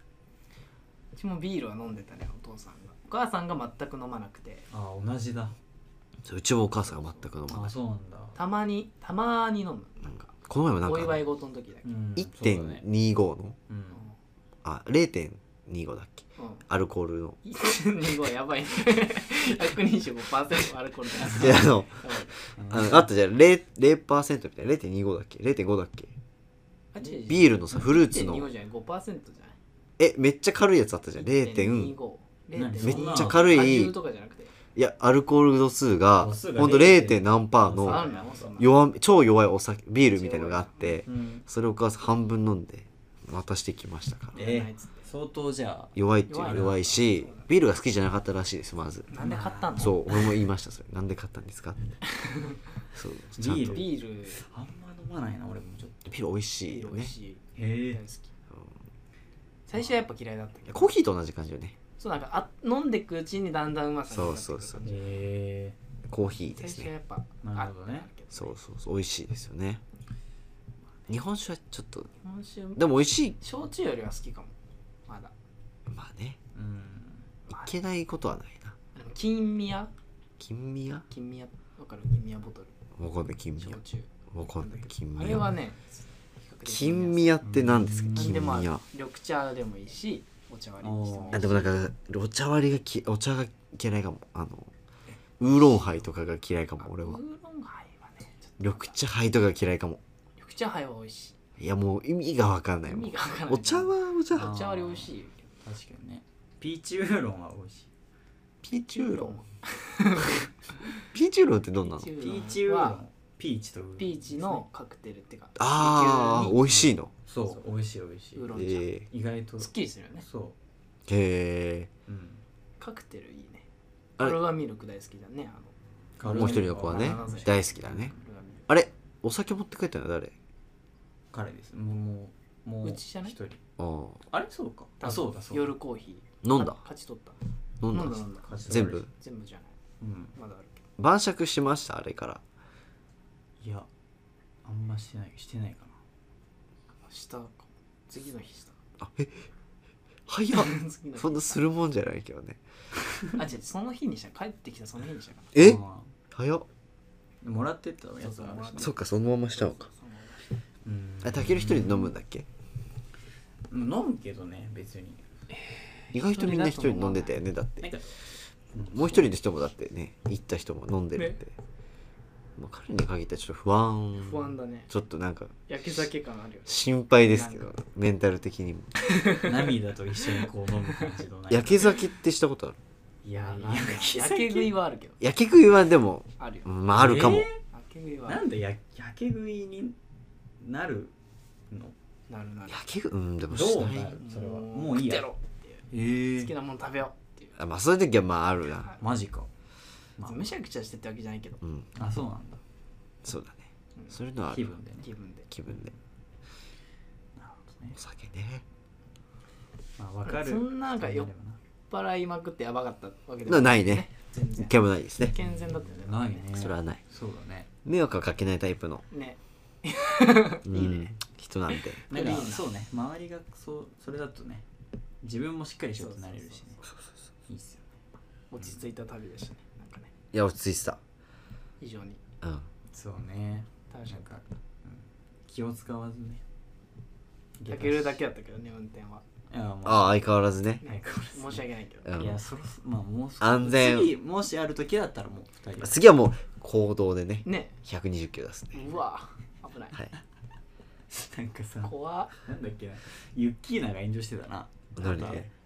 Speaker 3: うちもビールは飲んでたねお父さんがお母さんが全く飲まなくて
Speaker 1: あ同じだ
Speaker 2: そううちもお母さんが全く飲まな
Speaker 1: あ
Speaker 2: い
Speaker 1: そうなんだ
Speaker 3: たまにたまに飲むなんか
Speaker 2: この前もなん
Speaker 3: お祝い
Speaker 2: か
Speaker 3: 事の時だけ、
Speaker 1: うんそうだね
Speaker 2: 1.25の
Speaker 1: うん
Speaker 2: あ0.25だっけ
Speaker 3: うん
Speaker 2: アルコールの
Speaker 3: 1.25はやばいね125%アルコール
Speaker 2: で
Speaker 3: だ
Speaker 2: あの
Speaker 3: やばい
Speaker 2: あのあったじゃん 0%, 0みたいな0.25だっけ0.5だっけ
Speaker 3: あ違う違う
Speaker 2: ビールのさフルーツ
Speaker 3: 1.25
Speaker 2: の
Speaker 3: じゃない5%じゃない
Speaker 2: えめっちゃ軽いやつあったじゃん0.25
Speaker 3: 0.25
Speaker 1: 何
Speaker 2: めっ
Speaker 1: そんな
Speaker 2: ちゃ軽
Speaker 3: 果
Speaker 2: い
Speaker 3: 汁とかじゃなくて
Speaker 2: いやアルコール度数が
Speaker 1: 度数が
Speaker 2: ほんと
Speaker 1: 0.
Speaker 2: 0. 何パー
Speaker 1: あ
Speaker 2: の
Speaker 3: あんなもんそんな
Speaker 2: 弱め超弱いお酒ビールみたいのがあって
Speaker 1: うん
Speaker 2: それをお母さん半分飲んで渡してきましたから
Speaker 1: えー相当じゃあ
Speaker 2: 弱いっていうのは
Speaker 1: 弱いな
Speaker 2: 弱いしビールが好きじゃなかったらしいですまず
Speaker 3: なんで買ったの
Speaker 2: そう俺も言いましたそれなんで買ったんですかってそうちゃん
Speaker 1: ビ
Speaker 2: とビ
Speaker 1: ール
Speaker 3: ビール
Speaker 1: あんま飲まないな俺もちょっと
Speaker 2: ール美味しいよ
Speaker 3: 美
Speaker 2: ね
Speaker 3: 味しい
Speaker 1: へ
Speaker 3: 大好き最初はやっぱ嫌いだったけど
Speaker 2: コーヒーと同じ感じよね
Speaker 3: そうなんかあ飲んでくうちにだんだんうまさが分かってくる
Speaker 2: そうそうそう
Speaker 1: え
Speaker 2: コーヒー
Speaker 3: 最
Speaker 2: です
Speaker 3: 初は
Speaker 2: ね
Speaker 3: やっぱ
Speaker 1: なるほどね
Speaker 2: そうそうそう美味しいですよね日本酒はちょっと
Speaker 3: 今週
Speaker 2: でも美味しい
Speaker 3: 焼酎よりは好きかもまだ
Speaker 2: まあね
Speaker 1: うん
Speaker 2: いけないことはないな
Speaker 3: でも金宮
Speaker 2: 金宮
Speaker 3: 金宮わかる金宮ボトル
Speaker 2: わかんない金宮
Speaker 3: 焼酎
Speaker 2: わかんない金
Speaker 3: あ
Speaker 2: 宮
Speaker 3: れはね
Speaker 2: 金宮って何ですか
Speaker 1: うん
Speaker 3: 何で
Speaker 2: 金
Speaker 3: もある
Speaker 2: 宮
Speaker 3: 緑茶でもいいしお茶割りにしてもい
Speaker 2: あ
Speaker 3: い
Speaker 2: で
Speaker 3: し
Speaker 2: もなんかお茶割りがきお茶が嫌いかもあのウーロンハイとかが嫌いかも俺
Speaker 3: ウー
Speaker 2: は
Speaker 3: ロンハイはねちょっと
Speaker 2: 緑茶ハイとかが嫌いかも
Speaker 3: 緑茶ハイは美味し
Speaker 2: いやもう意味がわかん
Speaker 3: い
Speaker 2: ない
Speaker 3: 意
Speaker 2: も
Speaker 3: 味
Speaker 2: ん
Speaker 3: がわからない
Speaker 2: お茶はお茶
Speaker 3: お茶割り美味しいよ
Speaker 1: 確かにねピーチウーロンは美味しい
Speaker 2: ピーチウーロンピーチウーロンってどんなの
Speaker 1: ピーチウーロ
Speaker 3: は
Speaker 1: ンピーチとウーロン
Speaker 3: ピーチのカクテルっていうか
Speaker 2: ああ美味しいの
Speaker 1: そう美味しい美味しい
Speaker 3: ウーロン茶
Speaker 2: え
Speaker 1: 意外と
Speaker 3: すっきりするよね
Speaker 1: そ
Speaker 2: ー、へ
Speaker 1: ううん
Speaker 3: カクテルいいね
Speaker 2: あ
Speaker 3: カ
Speaker 2: れ
Speaker 3: ルガミルク大好きだねあの
Speaker 2: ーもう一人の子はね
Speaker 3: なぜ
Speaker 2: 大好きだね
Speaker 3: カルガミル
Speaker 2: あれお酒持って帰ったの誰
Speaker 1: 彼ですもうもうも
Speaker 3: うちじゃない
Speaker 1: 一人
Speaker 2: あー
Speaker 1: あれそうか
Speaker 3: ク
Speaker 1: あそうだそうだ
Speaker 3: 夜コーヒー
Speaker 2: 飲んだ
Speaker 3: あ勝ち取った
Speaker 2: 飲んだ
Speaker 3: 飲んだ飲んだ
Speaker 1: 勝ち取
Speaker 2: 全
Speaker 1: られ
Speaker 2: 部
Speaker 1: た
Speaker 3: 全部じゃない
Speaker 1: うん
Speaker 3: まだあるけど
Speaker 2: 晩酌しましたあれから
Speaker 1: いやあんましてないしてないか
Speaker 3: したかも次の日した
Speaker 2: あえ早っ
Speaker 3: 次の日
Speaker 2: そんなするもんじゃないけどね
Speaker 3: あ違うその日にした帰ってきたその日にしたかな
Speaker 1: な
Speaker 2: え
Speaker 1: ま
Speaker 2: 早っ
Speaker 1: あもらってったやつはあるしね
Speaker 2: そっかそのまましちゃうか
Speaker 3: その
Speaker 1: うん
Speaker 2: あたける一人で飲むんだっけ
Speaker 1: 飲むけどね別に
Speaker 2: 意外とみんな一人で飲んでたよねだっ
Speaker 1: なん
Speaker 2: て
Speaker 1: か
Speaker 2: もう一人の人もだってね行った人も飲んでるって、まあ、彼に限ってはちょっと不安
Speaker 3: 不安だね
Speaker 2: ちょっとなんか
Speaker 3: 焼け酒感あるよね
Speaker 2: 心配ですけどメンタル的にも
Speaker 1: 涙と一緒にこう飲む感じのなんか
Speaker 2: 焼け酒ってしたことある
Speaker 1: いや
Speaker 3: なんか焼
Speaker 1: 焼
Speaker 3: け
Speaker 1: け
Speaker 3: 食
Speaker 1: 食い
Speaker 3: いはあるけど
Speaker 2: 焼け食いはでも
Speaker 3: あるよ
Speaker 2: うんまああるかも、
Speaker 1: え
Speaker 3: 焼け食い
Speaker 1: ー
Speaker 3: はあ
Speaker 1: な
Speaker 3: る
Speaker 1: んでや焼け食いになるの
Speaker 3: なるなる
Speaker 2: 焼け食いうんでもし
Speaker 1: どう
Speaker 2: な
Speaker 1: ないるそれは
Speaker 3: も
Speaker 1: も
Speaker 3: う
Speaker 1: う
Speaker 3: い
Speaker 1: い
Speaker 3: い
Speaker 1: い
Speaker 3: や
Speaker 1: や
Speaker 3: ろ
Speaker 1: え
Speaker 3: 好きなもの食べようっていう
Speaker 2: あまあそういう時はまああるな
Speaker 1: マジかま
Speaker 3: むしゃくちゃしてってわけじゃないけど
Speaker 2: うん
Speaker 1: あそうなんだ
Speaker 2: そうだね
Speaker 3: うん
Speaker 2: そういうのはあ
Speaker 1: 気
Speaker 2: る
Speaker 1: 分でね
Speaker 3: 気分で
Speaker 2: 気分で
Speaker 1: なるほどね
Speaker 2: お酒ね
Speaker 1: まあわかる
Speaker 3: そんななんか酔っ
Speaker 1: 人も
Speaker 3: 払いまくってやばかったわけで
Speaker 2: なないね
Speaker 3: 全然
Speaker 2: 一回もないですね
Speaker 3: 健全だったよね
Speaker 1: ないね
Speaker 2: それはない
Speaker 1: そうだね
Speaker 2: 迷惑はかけないタイプの、
Speaker 3: ね
Speaker 2: うん、
Speaker 3: いいね
Speaker 2: 人なんで
Speaker 1: なんか
Speaker 3: クリーンな
Speaker 1: そうね周りがそうそれだとね自分もしっかりしようとなれるしねいいっすよね
Speaker 3: 落ち着いた旅でしたねなんかね
Speaker 2: いや落ち着いてた
Speaker 3: 非常に
Speaker 2: うん
Speaker 1: そうね
Speaker 3: 楽し
Speaker 1: な
Speaker 3: か
Speaker 1: ん
Speaker 3: っ
Speaker 1: か、うん、気を使わずね
Speaker 3: た焼けるだけだったけどね運転はい
Speaker 1: やもう
Speaker 2: ああ相変わらずね
Speaker 1: はい
Speaker 3: 申し訳ないけど
Speaker 2: うん
Speaker 1: いやそろそろまあもう少し
Speaker 2: 安全
Speaker 1: 次もしある時だったらもう二人で
Speaker 2: 次はもう行動でね
Speaker 3: ね
Speaker 2: 120キロ出すね
Speaker 3: うわ危ない
Speaker 2: はい
Speaker 1: なんかさ
Speaker 3: 怖っ
Speaker 1: なんだっけなユッキーナが炎上してたな
Speaker 2: 何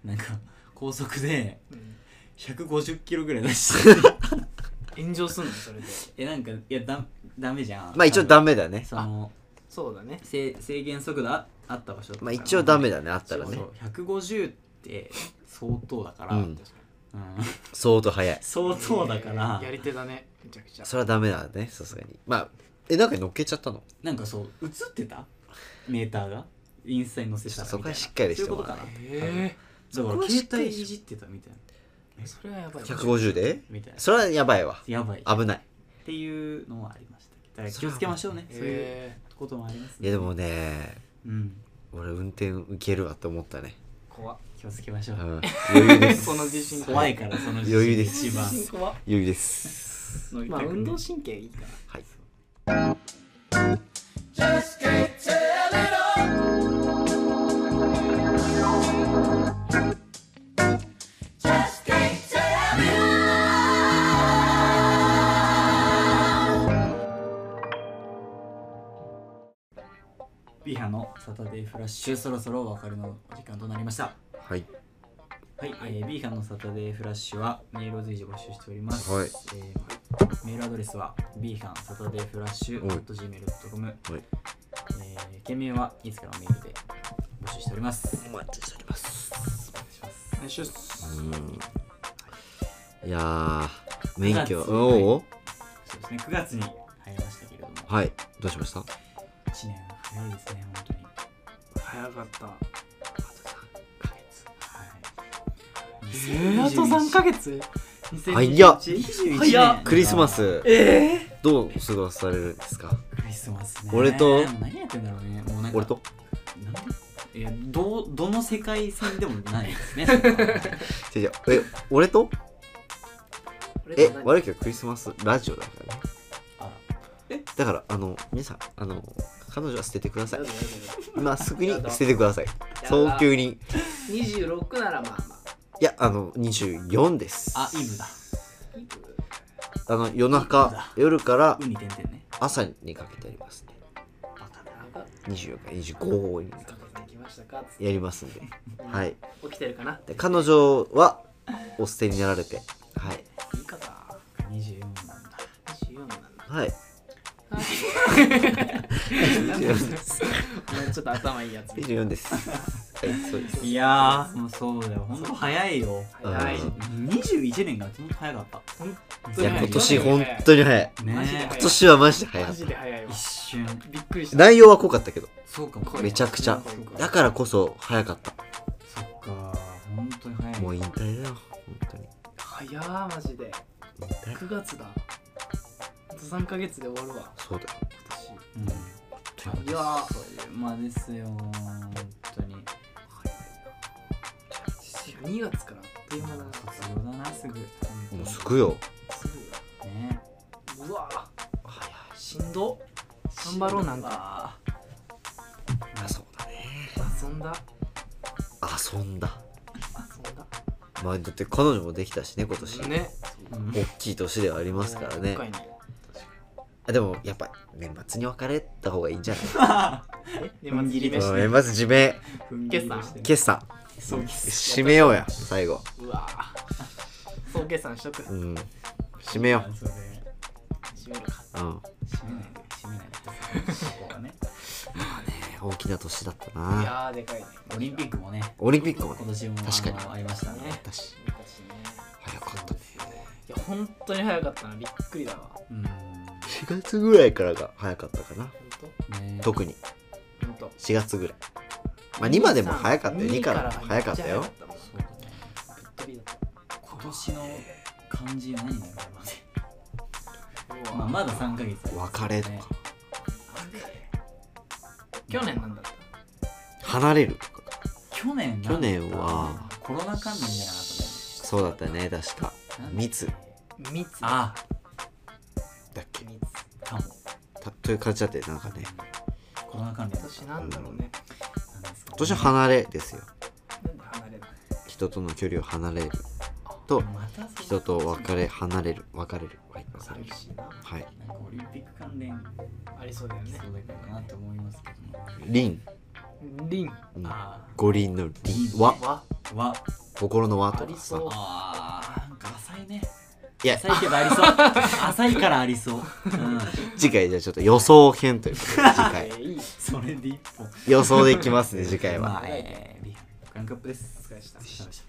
Speaker 1: なんか高速で
Speaker 3: うん
Speaker 1: 150キロぐらい出して
Speaker 3: 炎上すんのそれで
Speaker 1: えなんかいやだダメじゃん
Speaker 2: まあ一応ダメだね
Speaker 1: その
Speaker 3: そうだね
Speaker 1: 制制限速度ああった場所だった
Speaker 2: ま
Speaker 1: か
Speaker 2: あ
Speaker 1: ら
Speaker 2: 一応ダメだねあったら
Speaker 1: そう
Speaker 2: ね
Speaker 1: そう150って相当だから、
Speaker 2: う
Speaker 1: うんん
Speaker 2: 相当早い
Speaker 1: 相当だから
Speaker 3: えーやり手だねめちゃくちゃ
Speaker 2: それはダメだねさすがにまあえなんか乗っけちゃったの
Speaker 1: なんかそう映ってたメーターがインスタに載せてたら
Speaker 2: そ
Speaker 1: み
Speaker 2: こ
Speaker 1: たい
Speaker 2: は
Speaker 1: な
Speaker 2: しっかりして
Speaker 1: そういう
Speaker 2: も
Speaker 1: こと
Speaker 2: ら
Speaker 1: か
Speaker 2: わ
Speaker 1: な
Speaker 2: な
Speaker 1: だ
Speaker 2: い
Speaker 1: か
Speaker 3: え
Speaker 2: そこは
Speaker 1: ら
Speaker 2: しっか
Speaker 1: 携
Speaker 2: り
Speaker 1: 帯いじってたみたいな
Speaker 3: ーそれはやばい
Speaker 2: 150で
Speaker 1: みたいな
Speaker 2: それはやばいわ
Speaker 1: やばいっ
Speaker 2: 危ない
Speaker 1: ていうのはありましただから気をつけましょうねそういう
Speaker 3: え
Speaker 1: こともあります
Speaker 2: いやでもね
Speaker 1: うん
Speaker 2: 俺運転受けるわって思ったね、
Speaker 3: ー怖っ
Speaker 1: 気をつけまし
Speaker 2: う
Speaker 1: ょ
Speaker 2: ん、
Speaker 1: う
Speaker 2: 余裕 です
Speaker 3: その自信
Speaker 1: 怖いからその
Speaker 2: 余裕です
Speaker 1: 一番
Speaker 3: 怖っ
Speaker 2: 余裕です
Speaker 1: 乗り
Speaker 3: ま
Speaker 1: た
Speaker 3: あ
Speaker 1: くね
Speaker 3: 運動神経いいから
Speaker 2: はい
Speaker 1: ビハのサタデーフラッシュそろそろお別れのお時間となりました
Speaker 2: はい
Speaker 1: はい、えー、ビーハンのサタデーフラッシュはメールを随時募集しております、
Speaker 2: はい
Speaker 1: えーメールアドレスはビーハンサタデーフラッシュ
Speaker 2: はい
Speaker 1: .gmail.com、
Speaker 2: はい
Speaker 1: えー、件名はいつからもメールで募集しております
Speaker 2: お待ちしております
Speaker 1: お願いします
Speaker 3: お願いします
Speaker 2: いやー免許
Speaker 1: 9月
Speaker 2: おお
Speaker 1: そうですね9月に入りましたけれども
Speaker 2: はいどうしました
Speaker 1: 1年早いですね本当に
Speaker 3: 早かった
Speaker 1: はい
Speaker 3: えー、あと3ヶ月
Speaker 2: 早っ
Speaker 1: 2021年
Speaker 3: 早っ
Speaker 2: クリスマス
Speaker 3: ええ
Speaker 2: どう過ごされるんですか
Speaker 1: クリスマスね
Speaker 2: 俺と
Speaker 1: 何やってんだろうねもうなんか
Speaker 2: 俺と
Speaker 1: なんでいやどうどの世界線でもないです ね
Speaker 2: 違う違うえ俺とえ
Speaker 3: 俺
Speaker 2: 悪いけどクリスマスラジオだからね
Speaker 1: あ
Speaker 2: だからあの皆さんあの彼女は捨ててください
Speaker 3: やだやだや
Speaker 2: 今すぐに捨ててください
Speaker 3: だ
Speaker 2: 早急に
Speaker 3: 26ならまあま
Speaker 2: いやあの24です
Speaker 1: あイブだ
Speaker 3: あいいけど
Speaker 2: あの夜中夜から
Speaker 1: ウに点々ね
Speaker 2: 朝にかけてやりますね
Speaker 1: バカだ
Speaker 3: なんか
Speaker 2: 24か25にか
Speaker 3: なんかできましたかつって
Speaker 2: けてやりますんではい
Speaker 3: 起きてるかな
Speaker 2: で彼女はお捨てになられてはい
Speaker 3: いいかな
Speaker 1: 24なんだ
Speaker 3: 24なんだ
Speaker 2: はい
Speaker 3: なんだそれお前ちょっと頭いいやつ
Speaker 2: 24ですはいそうです
Speaker 1: いやーもうそうだよほんと早いよ
Speaker 3: 早い
Speaker 2: うん
Speaker 1: 21年がほんと早かった
Speaker 3: 本
Speaker 2: いや
Speaker 1: 早
Speaker 2: 今
Speaker 1: い
Speaker 2: 年本当に早い
Speaker 1: ね
Speaker 3: マジで早い
Speaker 2: 今年はマジで早
Speaker 3: マ
Speaker 2: い
Speaker 3: ジで早いわ
Speaker 1: 一瞬
Speaker 3: びっくりした
Speaker 2: 内容は濃かったけど
Speaker 1: そうかも
Speaker 2: めちゃくちゃ
Speaker 1: そうか
Speaker 2: だからこそ早かった
Speaker 1: そっかほんとに早い
Speaker 2: もう引退だよ本当に
Speaker 3: 早ーマジで
Speaker 2: 引退
Speaker 3: 9月だあと3ヶ月で終わるわ
Speaker 2: そうだよ
Speaker 1: う
Speaker 3: 今
Speaker 1: ん
Speaker 3: いやー
Speaker 1: そういうまあですよほんとに
Speaker 3: 年2月からあっという間だな
Speaker 1: 卒業だなすぐ
Speaker 2: もうすぐよ
Speaker 3: す
Speaker 1: ね
Speaker 3: ぐだうわー
Speaker 2: 早い
Speaker 3: しんど頑張ろうなんか
Speaker 1: か
Speaker 2: あそうだね
Speaker 3: 遊んだ
Speaker 2: 遊んだ
Speaker 3: 遊んだ
Speaker 2: まあだって彼女もできたしね今年
Speaker 3: ね
Speaker 1: うん
Speaker 2: 大きい年ではありますからね
Speaker 3: 今回ね
Speaker 2: あでもやっぱ年末に別れた方がいいんじゃない
Speaker 3: え年末切
Speaker 1: う
Speaker 3: り飯
Speaker 1: ん
Speaker 2: うん年末締め
Speaker 3: 決算
Speaker 2: 決算
Speaker 1: そうです
Speaker 2: 締めようや最後
Speaker 3: うわー総決算しとく
Speaker 2: うん締めよ
Speaker 1: それ
Speaker 3: 閉めるか
Speaker 2: ううん
Speaker 1: 閉めないで閉めないでそこはね
Speaker 2: 大きな年だった
Speaker 3: い
Speaker 2: な
Speaker 3: やーでかいね
Speaker 1: オリンピックもね
Speaker 2: オリンピックも
Speaker 1: 今
Speaker 2: ね
Speaker 1: 年も
Speaker 2: 確かに
Speaker 1: あのありましたね
Speaker 3: ね
Speaker 2: 私
Speaker 3: 昔ね
Speaker 2: 早かったね
Speaker 3: いや本当に早かったなびっくりだわ本
Speaker 1: うん
Speaker 2: 4月ぐらいからが早かったかな
Speaker 1: ね
Speaker 2: 特に
Speaker 3: 当本当
Speaker 2: 4月ぐらいまあ2までも早かったよ
Speaker 3: 2
Speaker 2: 2からも
Speaker 3: め
Speaker 2: 早
Speaker 3: ち
Speaker 2: か
Speaker 3: ゃ
Speaker 2: ったよ
Speaker 3: 早かったもん
Speaker 1: そうだね
Speaker 3: ぶっ飛びだった
Speaker 1: 今年の漢字何になるかな
Speaker 3: うわ
Speaker 1: まあまだ3ヶ月
Speaker 2: 別れと
Speaker 1: ね
Speaker 2: か
Speaker 3: 去年なんだった
Speaker 2: 離れるとか
Speaker 1: 去年なんだ
Speaker 2: 去年は
Speaker 1: コロナ関連じゃなかっ
Speaker 2: そうだったよね確か
Speaker 1: たね
Speaker 2: 密
Speaker 3: 密
Speaker 1: あ
Speaker 2: だっけ
Speaker 3: 密
Speaker 1: かも
Speaker 2: たという感じだってなんかね
Speaker 1: コロナ関連
Speaker 3: 今
Speaker 1: だっ
Speaker 3: 年
Speaker 1: た
Speaker 3: なんだろうね
Speaker 1: なんですけど
Speaker 2: 今年は離れですよ
Speaker 3: なんで離れない
Speaker 2: 人との距離を離れると
Speaker 1: またそ
Speaker 2: 人と別れ離れる別れるはい別れる
Speaker 3: 寂しいな
Speaker 2: はい
Speaker 1: なんかオリンピック関連
Speaker 3: ありそうだよ
Speaker 1: そ
Speaker 3: ね
Speaker 1: うだけどなって思いますけども
Speaker 2: 輪
Speaker 3: リン
Speaker 2: うん
Speaker 1: あ
Speaker 2: 五輪の輪
Speaker 1: 輪
Speaker 2: は
Speaker 3: は
Speaker 1: ーは
Speaker 2: 心の輪
Speaker 3: あ
Speaker 2: と
Speaker 3: り
Speaker 2: かさ
Speaker 3: そう
Speaker 1: あーなん
Speaker 2: いや
Speaker 1: 浅いけどあ りそう浅いからありそう、うん、
Speaker 2: 次回じゃあちょっと予想編ということで次
Speaker 3: え
Speaker 2: 回
Speaker 3: ーいい
Speaker 1: それで一本
Speaker 2: 予想できますね次回は
Speaker 1: まあえー、ビハルクランクアップです
Speaker 3: お疲れ様でした
Speaker 1: お疲れ様でした